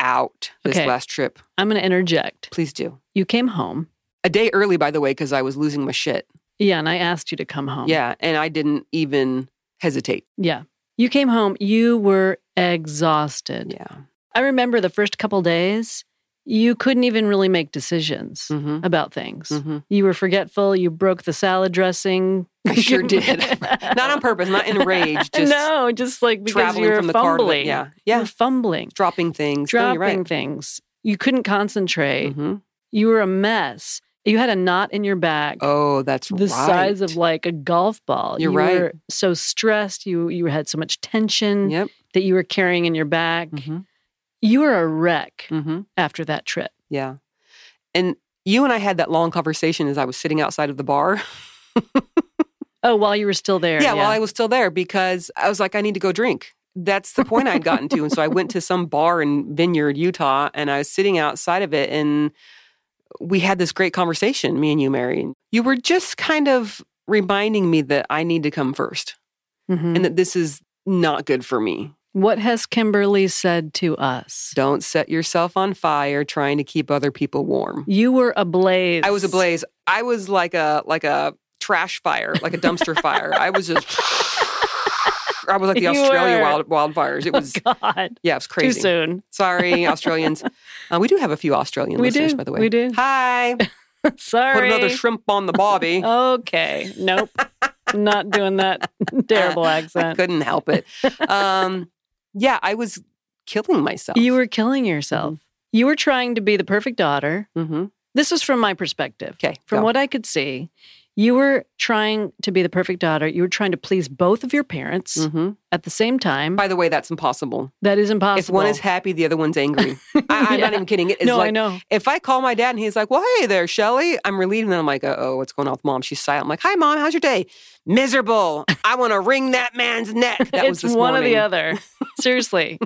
Speaker 2: out this
Speaker 1: Okay.
Speaker 2: last trip.
Speaker 1: I'm going to interject.
Speaker 2: Please do.
Speaker 1: You came home.
Speaker 2: A day early, by the way, because I was losing my shit.
Speaker 1: Yeah, and I asked you to come home.
Speaker 2: Yeah. And I didn't even hesitate.
Speaker 1: Yeah. You came home, you were exhausted.
Speaker 2: Yeah.
Speaker 1: I remember the first couple days, you couldn't even really make decisions
Speaker 2: hmm
Speaker 1: about things.
Speaker 2: hmm
Speaker 1: You were forgetful, you broke the salad dressing.
Speaker 2: I sure did. not on purpose, not enraged, just
Speaker 1: no, just like because
Speaker 2: traveling
Speaker 1: you were
Speaker 2: from the car. to the-
Speaker 1: fumbling.
Speaker 2: Yeah.
Speaker 1: You
Speaker 2: Yeah.
Speaker 1: were fumbling,
Speaker 2: dropping things. No,
Speaker 1: dropping
Speaker 2: you're right.
Speaker 1: things. You couldn't concentrate.
Speaker 2: Mhm.
Speaker 1: You were a mess. You had a knot in your back.
Speaker 2: Oh, that's
Speaker 1: the
Speaker 2: right.
Speaker 1: size of like a golf ball.
Speaker 2: You're
Speaker 1: you
Speaker 2: right.
Speaker 1: were so stressed. You you had so much tension
Speaker 2: Yep.
Speaker 1: that you were carrying in your back.
Speaker 2: hmm
Speaker 1: You were a wreck
Speaker 2: hmm
Speaker 1: after that trip.
Speaker 2: Yeah. And you and I had that long conversation as I was sitting outside of the bar.
Speaker 1: Oh, while you were still there.
Speaker 2: yeah, while I was still there because I was like, I need to go drink. That's the point I'd gotten to. And so I went to some bar in Vineyard, Utah, and I was sitting outside of it and we had this great conversation, me and you, Mary. You were just kind of reminding me that I need to come first.
Speaker 1: Mhm.
Speaker 2: and that this is not good for me.
Speaker 1: what has Kimberly said to us?
Speaker 2: Don't set yourself on fire trying to keep other people warm.
Speaker 1: You were ablaze.
Speaker 2: I was ablaze. I was like a like a trash fire, like a dumpster fire. I was just I was like the
Speaker 1: You were.
Speaker 2: Australia
Speaker 1: Oh
Speaker 2: wild, wildfires. It was
Speaker 1: God,
Speaker 2: yeah, it was
Speaker 1: too
Speaker 2: crazy.
Speaker 1: soon.
Speaker 2: Sorry, Australians. Uh, we do have a few Australian
Speaker 1: We
Speaker 2: listeners,
Speaker 1: do.
Speaker 2: by the way.
Speaker 1: We do.
Speaker 2: Hi. Put
Speaker 1: Sorry.
Speaker 2: another shrimp on the bobby.
Speaker 1: okay. Nope. Not doing that terrible
Speaker 2: I
Speaker 1: accent.
Speaker 2: couldn't help it. Um, yeah, I was killing myself.
Speaker 1: You were killing yourself.
Speaker 2: Mm-hmm.
Speaker 1: You were trying to be the perfect daughter.
Speaker 2: hmm
Speaker 1: This is from my perspective.
Speaker 2: Okay.
Speaker 1: From
Speaker 2: go.
Speaker 1: what I could see, you were trying to be the perfect daughter. You were trying to please both of your parents
Speaker 2: Mhm.
Speaker 1: at the same time.
Speaker 2: By the way, that's impossible.
Speaker 1: That is impossible.
Speaker 2: If one is happy, the other one's angry. I, I'm
Speaker 1: Yeah.
Speaker 2: not even kidding. It is
Speaker 1: no,
Speaker 2: like
Speaker 1: I know.
Speaker 2: if I call my dad and he's like, "Well, hey there, Shelly," I'm relieved. And then I'm like, "Uh oh, what's going on with mom?" She's silent. I'm like, "Hi, mom. How's your day?" Miserable. I want to wring that man's neck. That was
Speaker 1: it's
Speaker 2: this
Speaker 1: one
Speaker 2: morning.
Speaker 1: or the other. Seriously,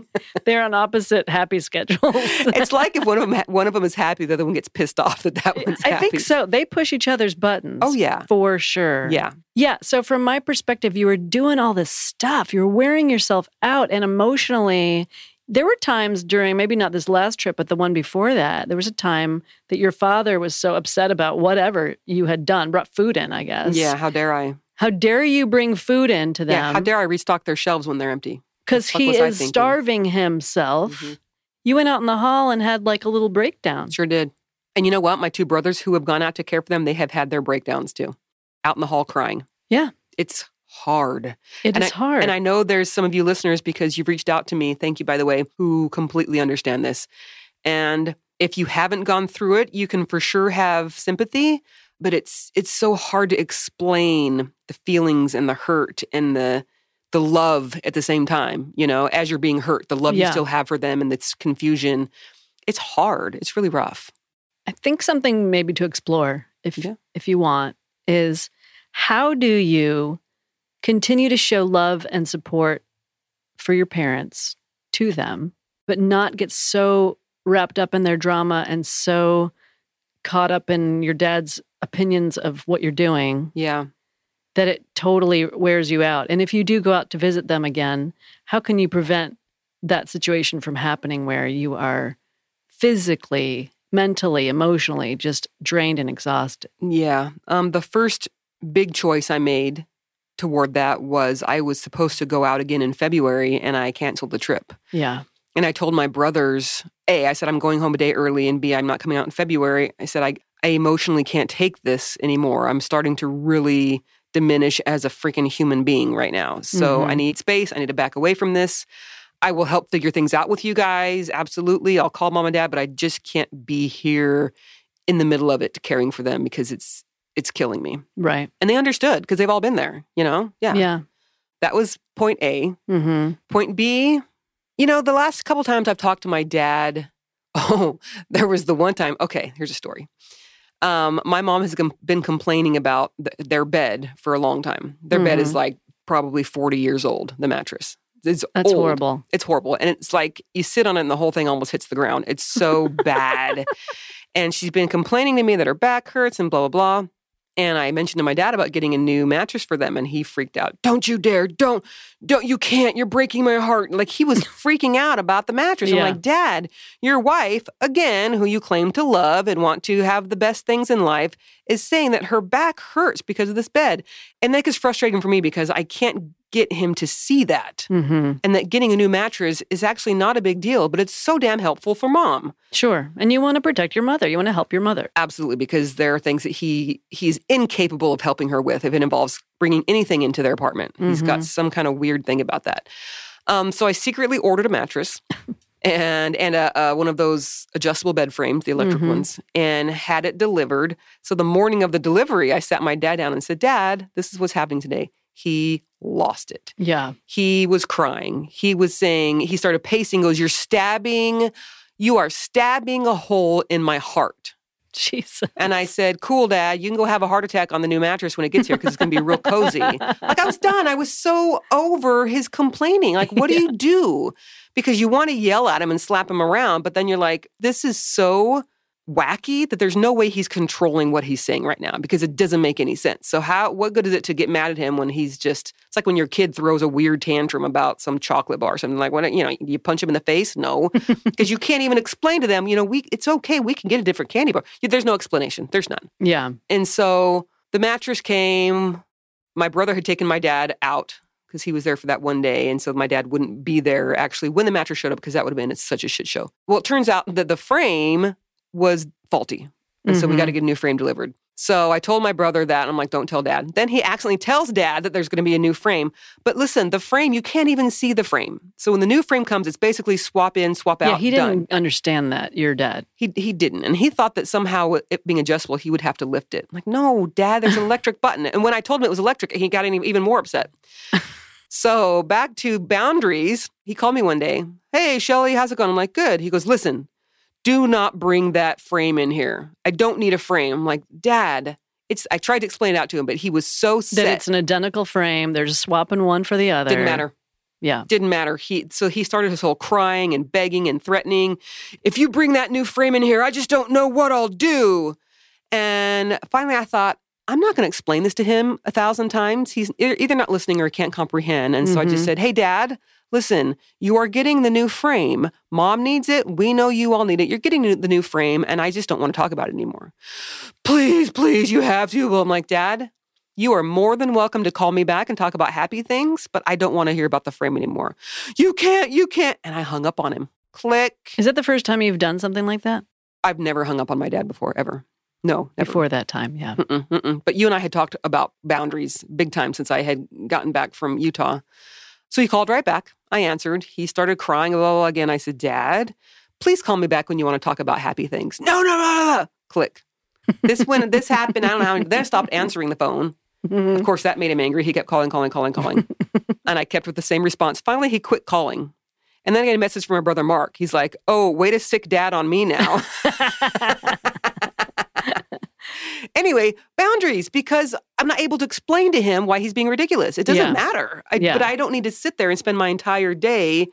Speaker 1: they're on opposite happy schedules.
Speaker 2: it's like if one of them one of them is happy, the other one gets pissed off that that one's happy.
Speaker 1: I think so. They push each other's buttons.
Speaker 2: Oh yeah,
Speaker 1: For sure.
Speaker 2: yeah.
Speaker 1: Yeah. So, from my perspective, you were doing all this stuff. You were wearing yourself out and emotionally. There were times during, maybe not this last trip, but the one before that, there was a time that your father was so upset about whatever you had done, brought food in, I guess.
Speaker 2: Yeah, how dare I?
Speaker 1: How dare you bring food in to
Speaker 2: Yeah, how
Speaker 1: them?
Speaker 2: dare I restock their shelves when they're empty?
Speaker 1: Because
Speaker 2: fuck
Speaker 1: he
Speaker 2: was I
Speaker 1: is
Speaker 2: thinking?
Speaker 1: starving himself.
Speaker 2: Mhm.
Speaker 1: You went out in the hall and had like a little breakdown.
Speaker 2: Sure did. And you know what? My two brothers who have gone out to care for them, they have had their breakdowns too. Out in the hall crying.
Speaker 1: Yeah.
Speaker 2: It's hard.
Speaker 1: It is
Speaker 2: And
Speaker 1: hard.
Speaker 2: And I know there's some of you listeners because you've reached out to me. Thank you, by the way, who completely understand this. And if you haven't gone through it, you can for sure have sympathy, but it's it's so hard to explain the feelings and the hurt and the the love at the same time, you know, as you're being hurt, the love you
Speaker 1: Yeah.
Speaker 2: still have for them and this confusion. It's hard. It's really rough.
Speaker 1: I think something maybe to explore if
Speaker 2: Yeah.
Speaker 1: if you want is how do you continue to show love and support for your parents to them but not get so wrapped up in their drama and so caught up in your dad's opinions of what you're doing
Speaker 2: Yeah.
Speaker 1: that it totally wears you out and if you do go out to visit them again how can you prevent that situation from happening where you are physically mentally emotionally just drained and exhausted
Speaker 2: Yeah. Um, the first big choice I made toward that was I was supposed to go out again in February and I canceled the trip.
Speaker 1: yeah
Speaker 2: And I told my brothers, A, I said, I'm going home a day early, and B, I'm not coming out in February. I said, I, I emotionally can't take this anymore. I'm starting to really diminish as a freaking human being right now. So
Speaker 1: Mhm.
Speaker 2: I need space. I need to back away from this. I will help figure things out with you guys. Absolutely. I'll call mom and dad, but I just can't be here in the middle of it caring for them because it's it's killing me.
Speaker 1: right
Speaker 2: And they understood because they've all been there, you know? Yeah.
Speaker 1: yeah
Speaker 2: That was point A.
Speaker 1: mm-hmm.
Speaker 2: Point B, you know, the last couple times I've talked to my dad, oh, there was the one time. Okay, here's a story. Um, my mom has com- been complaining about th- their bed for a long time. Their bed is like probably 40 years old, the mattress. It's
Speaker 1: that's
Speaker 2: old.
Speaker 1: horrible
Speaker 2: It's horrible. And it's like you sit on it and the whole thing almost hits the ground. It's so bad. And she's been complaining to me that her back hurts and blah, blah, blah. And I mentioned to my dad about getting a new mattress for them, and he freaked out. Don't you dare. Don't, don't, you can't. You're breaking my heart. Like he was freaking out about the mattress.
Speaker 1: Yeah.
Speaker 2: I'm like, Dad, your wife, again, who you claim to love and want to have the best things in life, is saying that her back hurts because of this bed. And that is frustrating for me because I can't get him to see that
Speaker 1: mm-hmm.
Speaker 2: and that getting a new mattress is actually not a big deal, but it's so damn helpful for mom.
Speaker 1: sure and you want to protect your mother you want to help your mother
Speaker 2: Absolutely, because there are things that he he's incapable of helping her with if it involves bringing anything into their apartment. He's got some kind of weird thing about that. Um, so I secretly ordered a mattress and and a, a, one of those adjustable bed frames, the electric
Speaker 1: Mhm.
Speaker 2: ones, and had it delivered. So the morning of the delivery, I sat my dad down and said, "Dad, this is what's happening today." He lost it.
Speaker 1: yeah
Speaker 2: He was crying. He was saying, he started pacing, goes, You're stabbing, you are stabbing a hole in my heart.
Speaker 1: jesus
Speaker 2: And I said, Cool, Dad, you can go have a heart attack on the new mattress when it gets here because it's going to be real cozy. like, I was done. I was so over his complaining. Like, what do you do? Because you want to yell at him and slap him around, but then you're like, This is so wacky that there's no way he's controlling what he's saying right now because it doesn't make any sense. So how what good is it to get mad at him when he's just it's like when your kid throws a weird tantrum about some chocolate bar or something like when you know you punch him in the face? No, because you can't even explain to them, you know, we it's okay, we can get a different candy bar. There's no explanation. There's none.
Speaker 1: Yeah.
Speaker 2: And so the mattress came. My brother had taken my dad out because he was there for that one day. And so my dad wouldn't be there actually when the mattress showed up because that would have been such a shit show. Well, it turns out that the frame was faulty. And so we
Speaker 1: Mhm.
Speaker 2: got to get a new frame delivered. So I told my brother that. And I'm like, don't tell dad. Then he accidentally tells dad that there's going to be a new frame. But listen, the frame, you can't even see the frame. So when the new frame comes, it's basically swap in, swap out.
Speaker 1: yeah, he
Speaker 2: done.
Speaker 1: didn't understand that. Your dad.
Speaker 2: He he didn't, and he thought that somehow it being adjustable, he would have to lift it. I'm like, no, Dad, there's an electric button. And when I told him it was electric, he got any, even more upset. so back to boundaries. He called me one day. Hey, Shelly, how's it going? I'm like, good. He goes, listen, do not bring that frame in here. I don't need a frame. I'm like, Dad, it's. I tried to explain it out to him, but he was so
Speaker 1: That
Speaker 2: set.
Speaker 1: it's an identical frame. They're just swapping one for the other.
Speaker 2: didn't matter.
Speaker 1: Yeah.
Speaker 2: didn't matter. He so he started his whole crying and begging and threatening. If you bring that new frame in here, I just don't know what I'll do. And finally, I thought I'm not going to explain this to him a thousand times. He's e- either not listening or he can't comprehend. And so I
Speaker 1: Mhm.
Speaker 2: just said, "Hey, Dad." Listen, you are getting the new frame. Mom needs it. We know you all need it. You're getting the new frame, and I just don't want to talk about it anymore. Please, please, you have to. Well, I'm like, Dad, you are more than welcome to call me back and talk about happy things, but I don't want to hear about the frame anymore. You can't, you can't. And I hung up on him. Click.
Speaker 1: Is that the first time you've done something like that?
Speaker 2: I've never hung up on my dad before, ever. No, never.
Speaker 1: Before that time, yeah.
Speaker 2: Mm-mm, mm-mm. But you and I had talked about boundaries big time since I had gotten back from Utah. So he called right back. I answered. He started crying, blah, blah, blah, again. I said, Dad, please call me back when you want to talk about happy things. No, no, no, no, no. Click. This when this happened, I don't know how many, then I stopped answering the phone.
Speaker 1: Mm-hmm,
Speaker 2: Of course, that made him angry. He kept calling, calling, calling, calling. and I kept with the same response. Finally, he quit calling. And then I get a message from my brother Mark. He's like, Oh, way to sick dad on me now. anyway, boundaries, because I'm not able to explain to him why he's being ridiculous. It doesn't
Speaker 1: Yeah.
Speaker 2: matter. I,
Speaker 1: Yeah.
Speaker 2: But I don't need to sit there and spend my entire day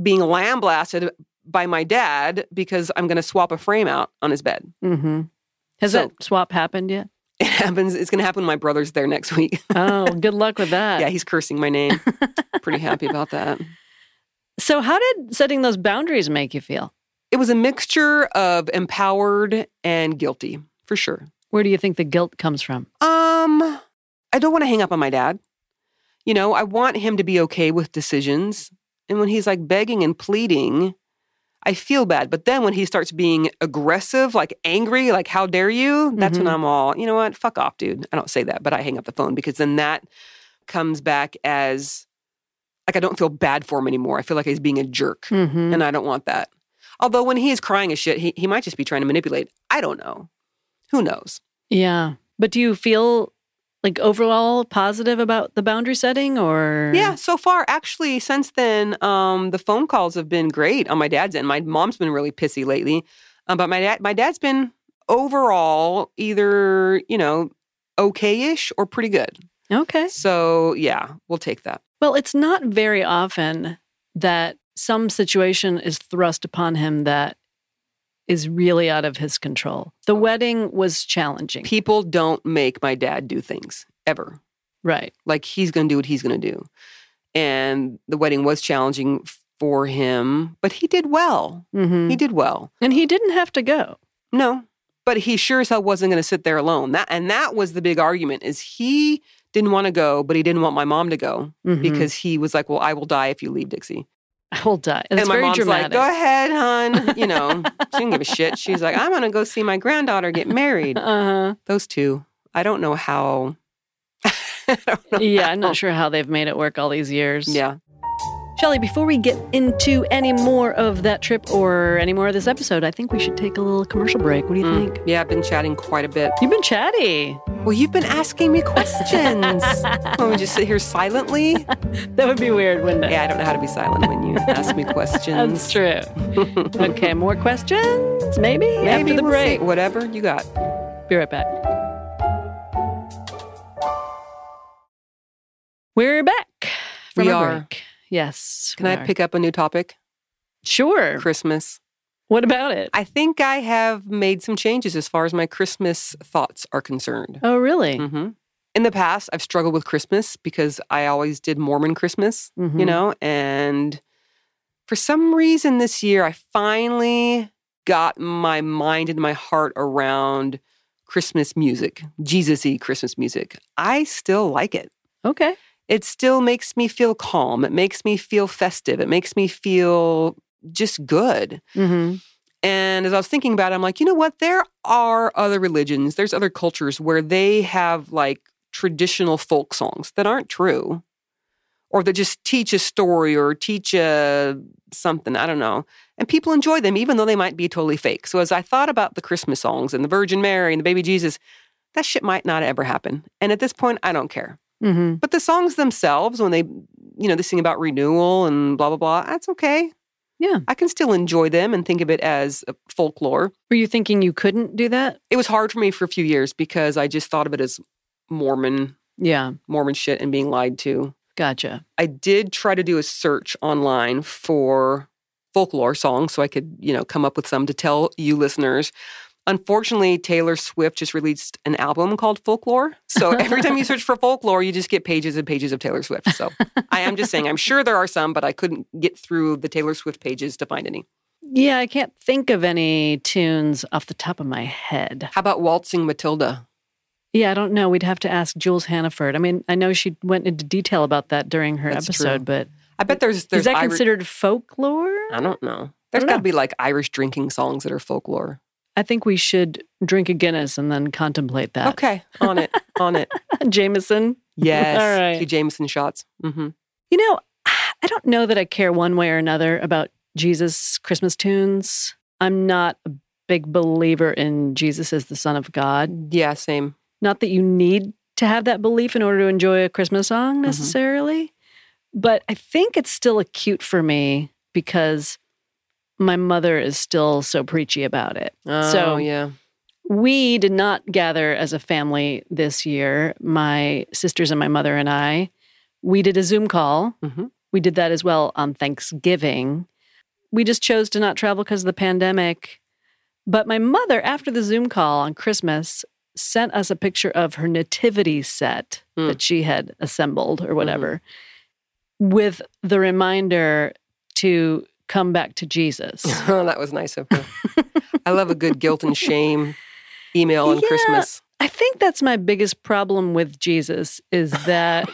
Speaker 2: being lambasted by my dad because I'm going to swap a frame out on his bed.
Speaker 1: hmm Has
Speaker 2: So-
Speaker 1: that swap happened yet?
Speaker 2: It happens. It's going to happen when my brother's there next week.
Speaker 1: Oh, good luck with that.
Speaker 2: yeah, he's cursing my name. Pretty happy about that.
Speaker 1: So, how did setting those boundaries make you feel?
Speaker 2: It was a mixture of empowered and guilty, for sure.
Speaker 1: Where do you think the guilt comes from?
Speaker 2: Um, I don't want to hang up on my dad. You know, I want him to be okay with decisions. And when he's like begging and pleading, I feel bad. But then when he starts being aggressive, like angry, like how dare you? That's when
Speaker 1: Mhm.
Speaker 2: I'm all, you know what? Fuck off, dude. I don't say that, but I hang up the phone because then that comes back as like I don't feel bad for him anymore. I feel like he's being a jerk
Speaker 1: Mm-hmm.
Speaker 2: and I don't want that. Although when he is crying as shit, he, he might just be trying to manipulate. I don't know. Who knows?
Speaker 1: Yeah. But do you feel like overall positive about the boundary setting or?
Speaker 2: Yeah, so far, actually, since then, um, the phone calls have been great on my dad's end. My mom's been really pissy lately, um, but my dad, my dad's been overall either you know okay-ish or pretty good.
Speaker 1: Okay.
Speaker 2: So yeah, we'll take that.
Speaker 1: Well, it's not very often that some situation is thrust upon him that is really out of his control. The wedding was challenging.
Speaker 2: People don't make my dad do things ever.
Speaker 1: right.
Speaker 2: like he's going to do what he's going to do and the wedding was challenging for him but he did well
Speaker 1: hmm
Speaker 2: he did well
Speaker 1: And he didn't have to go.
Speaker 2: no but he sure as hell wasn't going to sit there alone that and that was the big argument is he didn't want to go but he didn't want my mom to go
Speaker 1: Mhm.
Speaker 2: because he was like well i will die if you leave dixie
Speaker 1: I will die. It's
Speaker 2: and my
Speaker 1: very
Speaker 2: mom's
Speaker 1: dramatic.
Speaker 2: like go ahead hon you know she didn't give a shit she's like i'm going to go see my granddaughter get married
Speaker 1: uh
Speaker 2: those two i don't know how
Speaker 1: huh. Yeah, I'm not sure how they've made it work all these years.
Speaker 2: yeah
Speaker 1: Shelly, before we get into any more of that trip or any more of this episode, I think we should take a little commercial break. What do you
Speaker 2: Mm.
Speaker 1: think?
Speaker 2: yeah i've been chatting quite a bit
Speaker 1: You've been chatty.
Speaker 2: Well, you've been asking me questions. When we just sit here silently?
Speaker 1: That would be weird, wouldn't it?
Speaker 2: Yeah, I don't know how to be silent when you ask me questions.
Speaker 1: That's true. okay, more questions? Maybe, after the
Speaker 2: we'll see.
Speaker 1: break.
Speaker 2: Whatever you got.
Speaker 1: Be right back. We're back. From
Speaker 2: We
Speaker 1: our
Speaker 2: are.
Speaker 1: break. Yes.
Speaker 2: Can
Speaker 1: we
Speaker 2: I
Speaker 1: are.
Speaker 2: pick up a new topic?
Speaker 1: Sure.
Speaker 2: Christmas.
Speaker 1: What about it?
Speaker 2: I think I have made some changes as far as my Christmas thoughts are concerned.
Speaker 1: Oh, really?
Speaker 2: hmm In the past, I've struggled with Christmas because I always did Mormon Christmas, you know, and for some reason this year, I finally got my mind and my heart around Christmas music, Jesus y Christmas music. I still like it.
Speaker 1: Okay.
Speaker 2: It still makes me feel calm. It makes me feel festive. It makes me feel just good.
Speaker 1: hmm
Speaker 2: And as I was thinking about it, I'm like, you know what? There are other religions, there's other cultures where they have like traditional folk songs that aren't true or that just teach a story or teach a something, I don't know. And people enjoy them even though they might be totally fake. So as I thought about the Christmas songs and the Virgin Mary and the baby Jesus, that shit might not ever happen. And at this point, I don't care.
Speaker 1: hmm
Speaker 2: But the songs themselves, when they, you know, they sing about renewal and blah, blah, blah, that's okay.
Speaker 1: Yeah.
Speaker 2: I can still enjoy them and think of it as uh, folklore.
Speaker 1: Were you thinking you couldn't do that?
Speaker 2: It was hard for me for a few years because I just thought of it as Mormon,
Speaker 1: Yeah.
Speaker 2: Mormon shit and being lied to.
Speaker 1: Gotcha.
Speaker 2: I did try to do a search online for folklore songs so I could, you know, come up with some to tell you listeners. Unfortunately, Taylor Swift just released an album called Folklore. So every time you search for folklore, you just get pages and pages of Taylor Swift. So I am just saying, I'm sure there are some, but I couldn't get through the Taylor Swift pages to find any.
Speaker 1: Yeah, I can't think of any tunes off the top of my head.
Speaker 2: How about Waltzing Matilda?
Speaker 1: Yeah, I don't know. We'd have to ask Jules Hannaford. I mean, I know she went into detail about that during her
Speaker 2: That's true.
Speaker 1: episode, but
Speaker 2: I bet there's there's
Speaker 1: is that
Speaker 2: Irish.
Speaker 1: considered folklore?
Speaker 2: I don't know. There's
Speaker 1: don't
Speaker 2: got to
Speaker 1: know.
Speaker 2: be like Irish drinking songs that are folklore.
Speaker 1: I think we should drink a Guinness and then contemplate that.
Speaker 2: Okay, on it, on it.
Speaker 1: Jameson.
Speaker 2: Yes,
Speaker 1: All right.
Speaker 2: two Jameson shots. hmm
Speaker 1: You know, I don't know that I care one way or another about Jesus Christmas tunes. I'm not a big believer in Jesus as the Son of God.
Speaker 2: Yeah, same.
Speaker 1: Not that you need to have that belief in order to enjoy a Christmas song necessarily, but I think it's still acute for me because my mother is still so preachy about it.
Speaker 2: Oh,
Speaker 1: So-
Speaker 2: yeah.
Speaker 1: We did not gather as a family this year, my sisters and my mother and I. We did a Zoom call.
Speaker 2: Mhm.
Speaker 1: We did that as well on Thanksgiving. We just chose to not travel because of the pandemic. But my mother, after the Zoom call on Christmas, sent us a picture of her nativity set
Speaker 2: Hmm.
Speaker 1: that she had assembled or whatever
Speaker 2: Mm-hmm.
Speaker 1: with the reminder to come back to Jesus.
Speaker 2: Oh, that was nice of her. I love a good guilt and shame email on
Speaker 1: Yeah.
Speaker 2: Christmas.
Speaker 1: I think that's my biggest problem with Jesus is that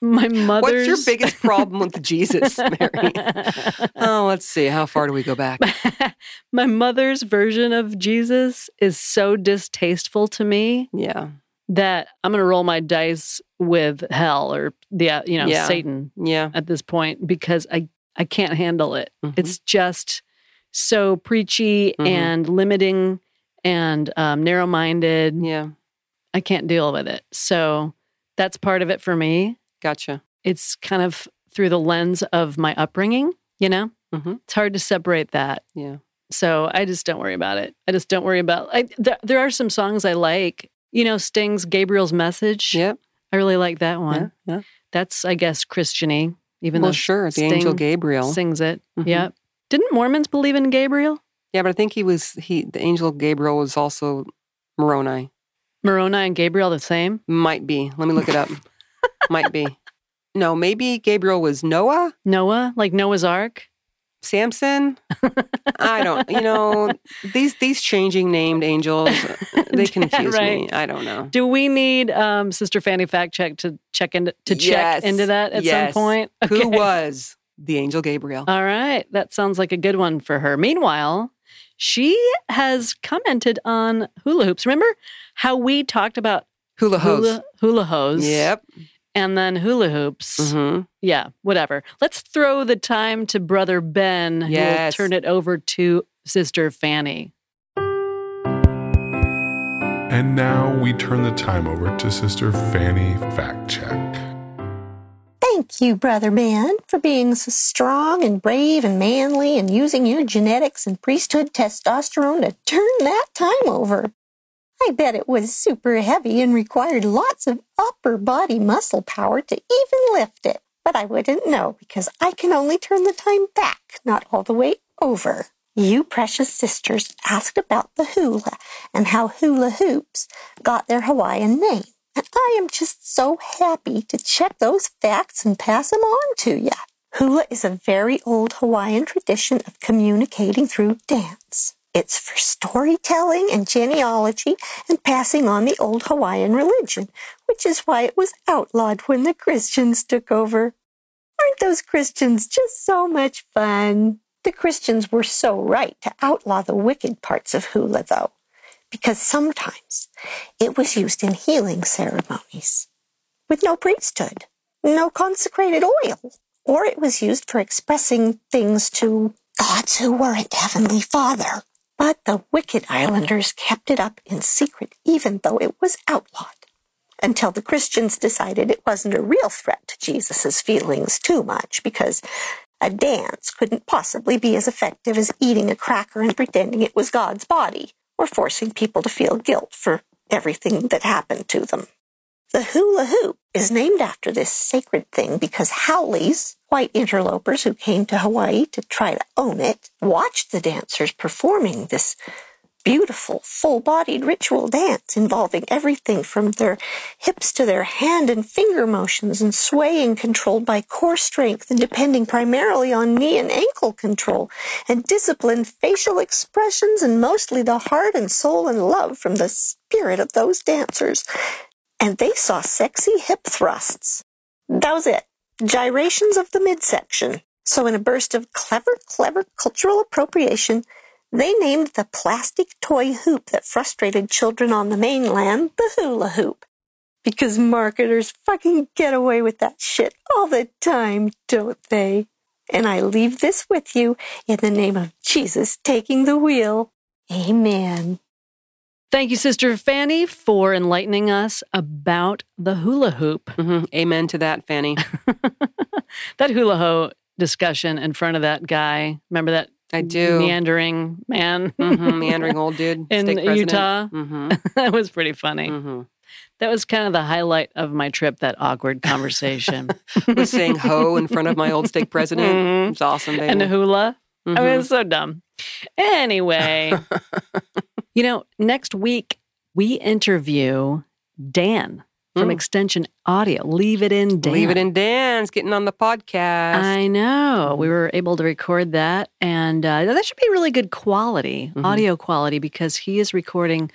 Speaker 1: my mother's
Speaker 2: What's your biggest problem with Jesus, Mary? oh, let's see. How far do we go back?
Speaker 1: my mother's version of Jesus is so distasteful to me
Speaker 2: Yeah,
Speaker 1: that I'm going to roll my dice with hell or the uh, you know
Speaker 2: Yeah.
Speaker 1: Satan
Speaker 2: yeah.
Speaker 1: at this point because I I can't handle it.
Speaker 2: Mhm.
Speaker 1: It's just so preachy
Speaker 2: Mhm.
Speaker 1: and limiting and um, narrow-minded.
Speaker 2: yeah.
Speaker 1: I can't deal with it. So that's part of it for me.
Speaker 2: Gotcha.
Speaker 1: it's kind of through the lens of my upbringing, you know?
Speaker 2: Mhm.
Speaker 1: It's hard to separate that.
Speaker 2: Yeah.
Speaker 1: So I just don't worry about it. I just don't worry about I th- there are some songs I like. You know, Sting's Gabriel's Message.
Speaker 2: Yep.
Speaker 1: I really like that one.
Speaker 2: Yeah. yeah.
Speaker 1: That's I guess Christiany, even
Speaker 2: Well,
Speaker 1: though
Speaker 2: sure. The angel
Speaker 1: Sting
Speaker 2: Gabriel.
Speaker 1: sings it.
Speaker 2: Mhm.
Speaker 1: Yeah. Didn't Mormons believe in Gabriel?
Speaker 2: Yeah, but I think he was he the angel Gabriel was also Moroni.
Speaker 1: Moroni and Gabriel the same?
Speaker 2: Might be. Let me look it up. Might be. No, maybe Gabriel was Noah,
Speaker 1: Noah, like Noah's Ark?
Speaker 2: Samson. I don't. You know these these changing named angels. uh, They confuse me.
Speaker 1: right.
Speaker 2: I don't know.
Speaker 1: Do we need um, Sister Fanny fact check to check into to check
Speaker 2: Yes.
Speaker 1: into that at
Speaker 2: Yes.
Speaker 1: some point?
Speaker 2: Who was the angel Gabriel?
Speaker 1: All right. That sounds like a good one for her. Meanwhile, she has commented on hula hoops. Remember how we talked about
Speaker 2: Hula hoops.
Speaker 1: hula, hula hose?
Speaker 2: Yep.
Speaker 1: And then hula hoops.
Speaker 2: hmm
Speaker 1: Yeah, whatever. Let's throw the time to Brother Ben. who will
Speaker 2: Yes.
Speaker 1: turn it over to Sister Fanny.
Speaker 3: And now we turn the time over to Sister Fanny Fact Check.
Speaker 4: Thank you, Brother Ben, for being so strong and brave and manly and using your genetics and priesthood testosterone to turn that time over. I bet it was super heavy and required lots of upper body muscle power to even lift it. But I wouldn't know because I can only turn the time back, not all the way over. You precious sisters asked about the hula and how hula hoops got their Hawaiian name. And I am just so happy to check those facts and pass them on to you. Hula is a very old Hawaiian tradition of communicating through dance. It's for storytelling and genealogy and passing on the old Hawaiian religion, which is why it was outlawed when the Christians took over. Aren't those Christians just so much fun? The Christians were so right to outlaw the wicked parts of hula, though, because sometimes it was used in healing ceremonies with no priesthood, no consecrated oil, or it was used for expressing things to gods who weren't Heavenly Father. But the wicked islanders kept it up in secret, even though it was outlawed, until the Christians decided it wasn't a real threat to Jesus' feelings too much, because a dance couldn't possibly be as effective as eating a cracker and pretending it was God's body, or forcing people to feel guilt for everything that happened to them. The hula hoop is named after this sacred thing because Howleys, white interlopers who came to Hawaii to try to own it, watched the dancers performing this beautiful, full bodied ritual dance involving everything from their hips to their hand and finger motions and swaying controlled by core strength and depending primarily on knee and ankle control and disciplined facial expressions and mostly the heart and soul and love from the spirit of those dancers and they saw sexy hip thrusts. That was it. Gyrations of the midsection. So, in a burst of clever, clever cultural appropriation, they named the plastic toy hoop that frustrated children on the mainland the hula hoop. Because marketers fucking get away with that shit all the time, don't they? And I leave this with you in the name of Jesus taking the wheel. Amen.
Speaker 1: Thank you, Sister Fanny, for enlightening us about the hula hoop.
Speaker 2: hmm Amen to that, Fanny.
Speaker 1: That hula ho discussion in front of that guy. Remember that
Speaker 2: I do.
Speaker 1: meandering man
Speaker 2: hmm Meandering old dude.
Speaker 1: in
Speaker 2: state president.
Speaker 1: Utah?
Speaker 2: hmm
Speaker 1: that was pretty funny.
Speaker 2: hmm
Speaker 1: That was kind of the highlight of my trip, that awkward conversation.
Speaker 2: Was saying ho in front of my old state president.
Speaker 1: Mhm.
Speaker 2: It's awesome, baby.
Speaker 1: and the hula. I mean,
Speaker 2: Mhm.
Speaker 1: it's so dumb. Anyway, you know, next week we interview Dan from
Speaker 2: Mm.
Speaker 1: Extension Audio. Leave it in, Dan.
Speaker 2: Leave it in Dan's getting on the podcast.
Speaker 1: I know. We were able to record that, and uh, that should be really good quality,
Speaker 2: Mhm.
Speaker 1: audio quality, because he is recording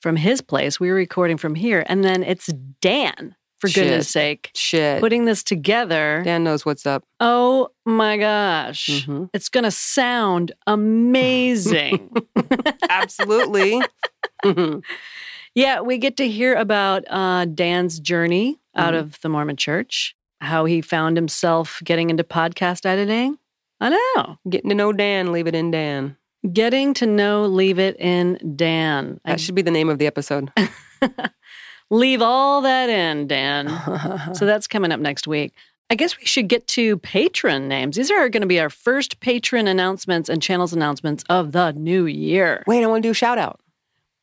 Speaker 1: from his place. We are recording from here, and then it's Dan, for
Speaker 2: Shit.
Speaker 1: goodness sake,
Speaker 2: Shit.
Speaker 1: putting this together.
Speaker 2: Dan knows what's up.
Speaker 1: Oh my gosh.
Speaker 2: hmm
Speaker 1: It's going to sound amazing.
Speaker 2: Absolutely. Mhm.
Speaker 1: yeah, we get to hear about uh, Dan's journey out
Speaker 2: Mhm.
Speaker 1: of the Mormon church, how he found himself getting into podcast editing. I know.
Speaker 2: Getting to know Dan, leave it in Dan.
Speaker 1: Getting to know Leave It in Dan. I
Speaker 2: That should be the name of the episode.
Speaker 1: leave all that in, Dan. so that's coming up next week. I guess we should get to patron names. These are going to be our first patron announcements and channels announcements of the new year.
Speaker 2: Wait, I want to do a shout out.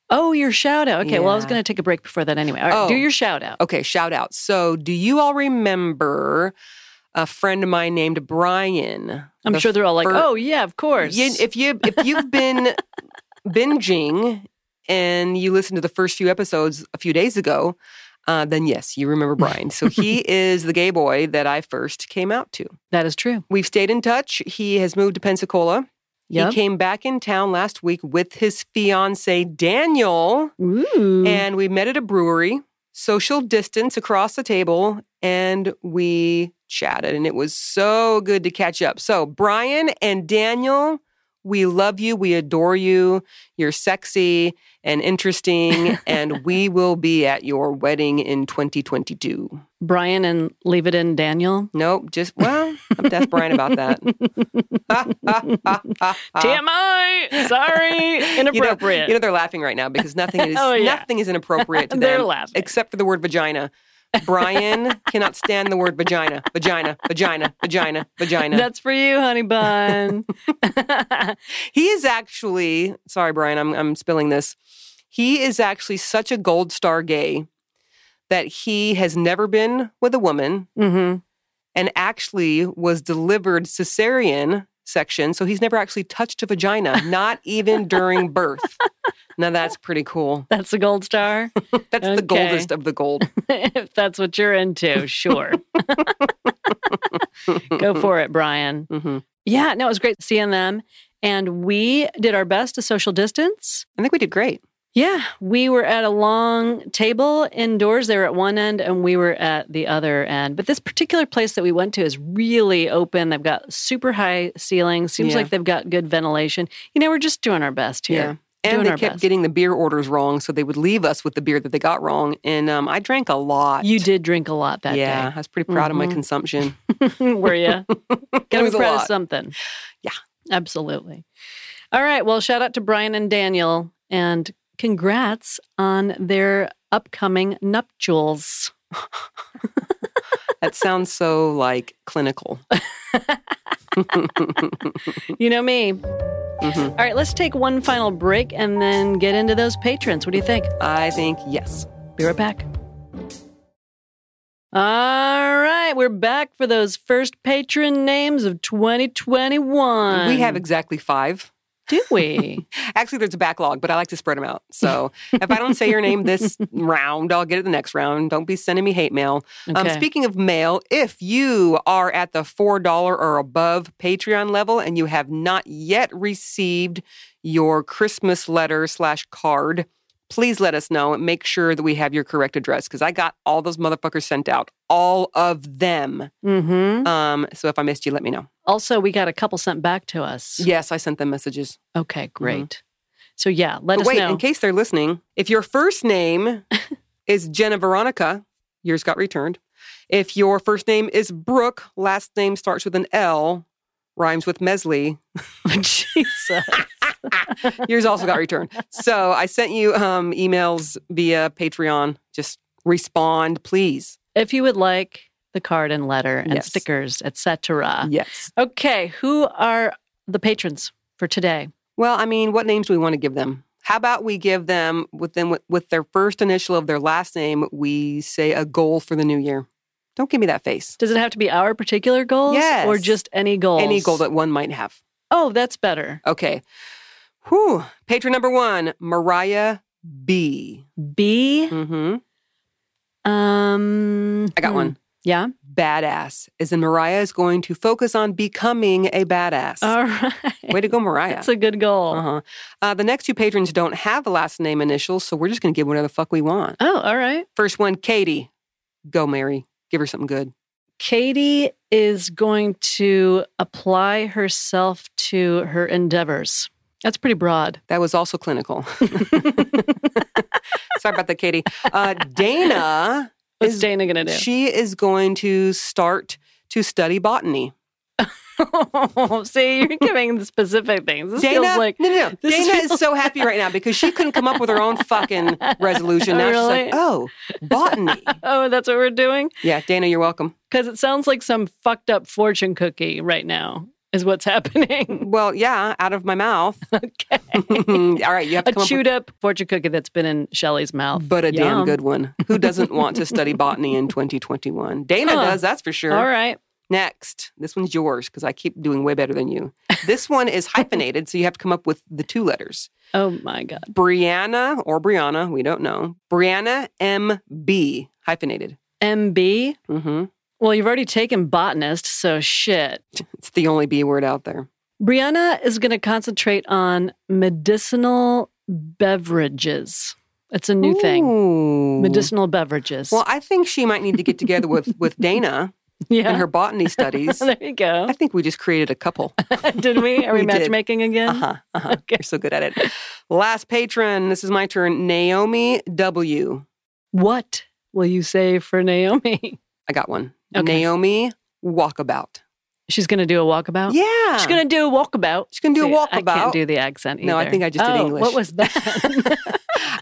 Speaker 1: Oh, your shout out. Okay, well, I was
Speaker 2: Yeah.
Speaker 1: going to take a break before that anyway. All right,
Speaker 2: Oh.
Speaker 1: do your shout out.
Speaker 2: Okay, shout out. So, do you all remember a friend of mine named Brian?
Speaker 1: I'm
Speaker 2: The
Speaker 1: sure they're all like,
Speaker 2: fir-
Speaker 1: oh, yeah, of course.
Speaker 2: You- if you if you've been binging and you listened to the first few episodes a few days ago, uh, then yes, you remember Brian. So he is the gay boy that I first came out to.
Speaker 1: that is true.
Speaker 2: We've stayed in touch. He has moved to Pensacola.
Speaker 1: Yep.
Speaker 2: He came back in town last week with his fiance Daniel,
Speaker 1: Ooh.
Speaker 2: and we met at a brewery, social distance across the table, and we chatted. And it was so good to catch up. So, Brian and Daniel, we love you. We adore you. You're sexy and interesting, and we will be at your wedding in 2022.
Speaker 1: Brian and Leave It In Daniel.
Speaker 2: Nope, just, well, i have to ask Brian about that.
Speaker 1: TMI! Sorry. Inappropriate.
Speaker 2: Uh, You know, you know they're laughing right now because nothing is
Speaker 1: Oh, yeah.
Speaker 2: nothing is inappropriate to them.
Speaker 1: They're laughing.
Speaker 2: except for the word vagina. Brian cannot stand the word vagina, vagina, vagina, vagina, vagina.
Speaker 1: That's for you, honey bun.
Speaker 2: he is actually sorry, Brian. I'm I'm spilling this. He is actually such a gold star gay that he has never been with a woman
Speaker 1: hmm
Speaker 2: and actually was delivered cesarean section. So he's never actually touched a vagina, not even during birth. Now that's pretty cool.
Speaker 1: That's a gold star.
Speaker 2: That's the
Speaker 1: Okay.
Speaker 2: goldest of the gold.
Speaker 1: if that's what you're into, sure. Go for it, Brian.
Speaker 2: hmm
Speaker 1: Yeah, no, it was great seeing them. And we did our best to social distance.
Speaker 2: I think we did great.
Speaker 1: Yeah, we were at a long table indoors. They were at one end and we were at the other end. But this particular place that we went to is really open. They've got super high ceilings. Seems
Speaker 2: Yeah.
Speaker 1: like they've got good ventilation. You know, we're just doing our best here.
Speaker 2: And
Speaker 1: Doing
Speaker 2: they
Speaker 1: our
Speaker 2: kept
Speaker 1: best.
Speaker 2: getting the beer orders wrong, so they would leave us with the beer that they got wrong. And um, I drank a lot.
Speaker 1: You did drink a lot that
Speaker 2: yeah, I was pretty proud of my
Speaker 1: Mhm.
Speaker 2: consumption.
Speaker 1: day, were you?
Speaker 2: It
Speaker 1: Gotta
Speaker 2: was
Speaker 1: be
Speaker 2: a
Speaker 1: proud of
Speaker 2: lot.
Speaker 1: something.
Speaker 2: Yeah.
Speaker 1: absolutely. All right. Well, shout out to Brian and Daniel and congrats on their upcoming nuptials.
Speaker 2: that sounds so like clinical.
Speaker 1: You know me.
Speaker 2: Mhm.
Speaker 1: All right, let's take one final break and then get into those patrons. What do you think?
Speaker 2: I think yes.
Speaker 1: Be right back. All right, we're back for those first patron names of 2021.
Speaker 2: we have exactly five.
Speaker 1: do we?
Speaker 2: Actually, there's a backlog, but I like to spread them out. So if I don't say your name this round, I'll get it the next round. Don't be sending me hate mail. Um,
Speaker 1: Okay.
Speaker 2: speaking of mail, if you are at the $4 or above Patreon level and you have not yet received your Christmas letter slash card, please let us know and make sure that we have your correct address because I got all those motherfuckers sent out, all of them.
Speaker 1: mm-hmm.
Speaker 2: Um, so if I missed you, let me know.
Speaker 1: Also, we got a couple sent back to us.
Speaker 2: Yes, I sent them messages.
Speaker 1: Okay, great. So yeah, let
Speaker 2: Mm-hmm. But
Speaker 1: us
Speaker 2: wait,
Speaker 1: know.
Speaker 2: in case they're listening, if your first name is Jenna Veronica, yours got returned. If your first name is Brooke, last name starts with an L, rhymes with Mesley,
Speaker 1: Jesus.
Speaker 2: yours also got returned. So I sent you um, emails via Patreon. Just respond, please.
Speaker 1: If you would like the card and letter and
Speaker 2: Yes.
Speaker 1: stickers, etc.
Speaker 2: Yes.
Speaker 1: Okay, who are the patrons for today?
Speaker 2: Well, I mean, what names do we want to give them? How about we give them with them with their first initial of their last name? We say a goal for the new year. Don't give me that face.
Speaker 1: Does it have to be our particular goals
Speaker 2: Yes.
Speaker 1: or just any goals?
Speaker 2: Any goal that one might have.
Speaker 1: Oh, that's better.
Speaker 2: Okay. Whew. Patron number one, Mariah B.
Speaker 1: B.
Speaker 2: Mm-hmm.
Speaker 1: Um
Speaker 2: I got
Speaker 1: hmm.
Speaker 2: one.
Speaker 1: Yeah.
Speaker 2: Badass. As in, Mariah is going to focus on becoming a badass.
Speaker 1: All right.
Speaker 2: Way to go, Mariah.
Speaker 1: That's a good goal.
Speaker 2: uh-huh. Uh, the next two patrons don't have a last name initial, so we're just going to give whatever the fuck we want.
Speaker 1: Oh, all right.
Speaker 2: First one, Katie. Go, Mary. Give her something good.
Speaker 1: Katie is going to apply herself to her endeavors. That's pretty broad.
Speaker 2: That was also clinical. Sorry about that, Katie. Uh, Dana,
Speaker 1: What's
Speaker 2: Is-
Speaker 1: Dana gonna do?
Speaker 2: she is going to start to study botany.
Speaker 1: See, you're giving the specific things. This
Speaker 2: Dana,
Speaker 1: feels like
Speaker 2: no, no, no.
Speaker 1: this
Speaker 2: Dana
Speaker 1: feels-
Speaker 2: is so happy right now because she couldn't come up with her own fucking resolution. Now she's
Speaker 1: Really?
Speaker 2: like, oh, botany.
Speaker 1: oh, that's what we're doing?
Speaker 2: Yeah, Dana, you're welcome.
Speaker 1: Because it sounds like some fucked up fortune cookie right now is what's happening.
Speaker 2: Well, yeah, out of my mouth.
Speaker 1: okay.
Speaker 2: All right, you have to
Speaker 1: a
Speaker 2: come
Speaker 1: chewed up fortune cookie that's been in Shelley's
Speaker 2: up
Speaker 1: mouth.
Speaker 2: with, but a damn
Speaker 1: Yum.
Speaker 2: good one. Who doesn't want to study botany in 2021? Dana
Speaker 1: Huh.
Speaker 2: does, that's for sure.
Speaker 1: All right.
Speaker 2: Next, this one's yours because I keep doing way better than you. This one is hyphenated, so you have to come up with the two letters.
Speaker 1: Oh my God.
Speaker 2: Brianna or Brianna, we don't know. Brianna M B hyphenated.
Speaker 1: MB.
Speaker 2: hmm
Speaker 1: Well, you've already taken botanist, so shit.
Speaker 2: It's the only B word out there.
Speaker 1: Brianna is going to concentrate on medicinal beverages. It's a new thing.
Speaker 2: Ooh.
Speaker 1: Medicinal beverages.
Speaker 2: Well, I think she might need to get together with with Dana
Speaker 1: yeah.
Speaker 2: and her botany studies.
Speaker 1: there you go.
Speaker 2: I think we just created a couple.
Speaker 1: Did we? Are we,
Speaker 2: We did.
Speaker 1: matchmaking again?
Speaker 2: Uh huh. Uh-huh.
Speaker 1: Okay.
Speaker 2: You're so good at it. Last patron. This is my turn. Naomi W.
Speaker 1: What will you say for Naomi?
Speaker 2: I got one.
Speaker 1: Okay.
Speaker 2: Naomi Walkabout.
Speaker 1: She's going to do a walkabout.
Speaker 2: Yeah.
Speaker 1: Oh, She's going to do a walkabout.
Speaker 2: She's gonna do a
Speaker 1: See, I
Speaker 2: walkabout.
Speaker 1: can't do the accent either.
Speaker 2: No, I think I just did
Speaker 1: Oh,
Speaker 2: English.
Speaker 1: What was that?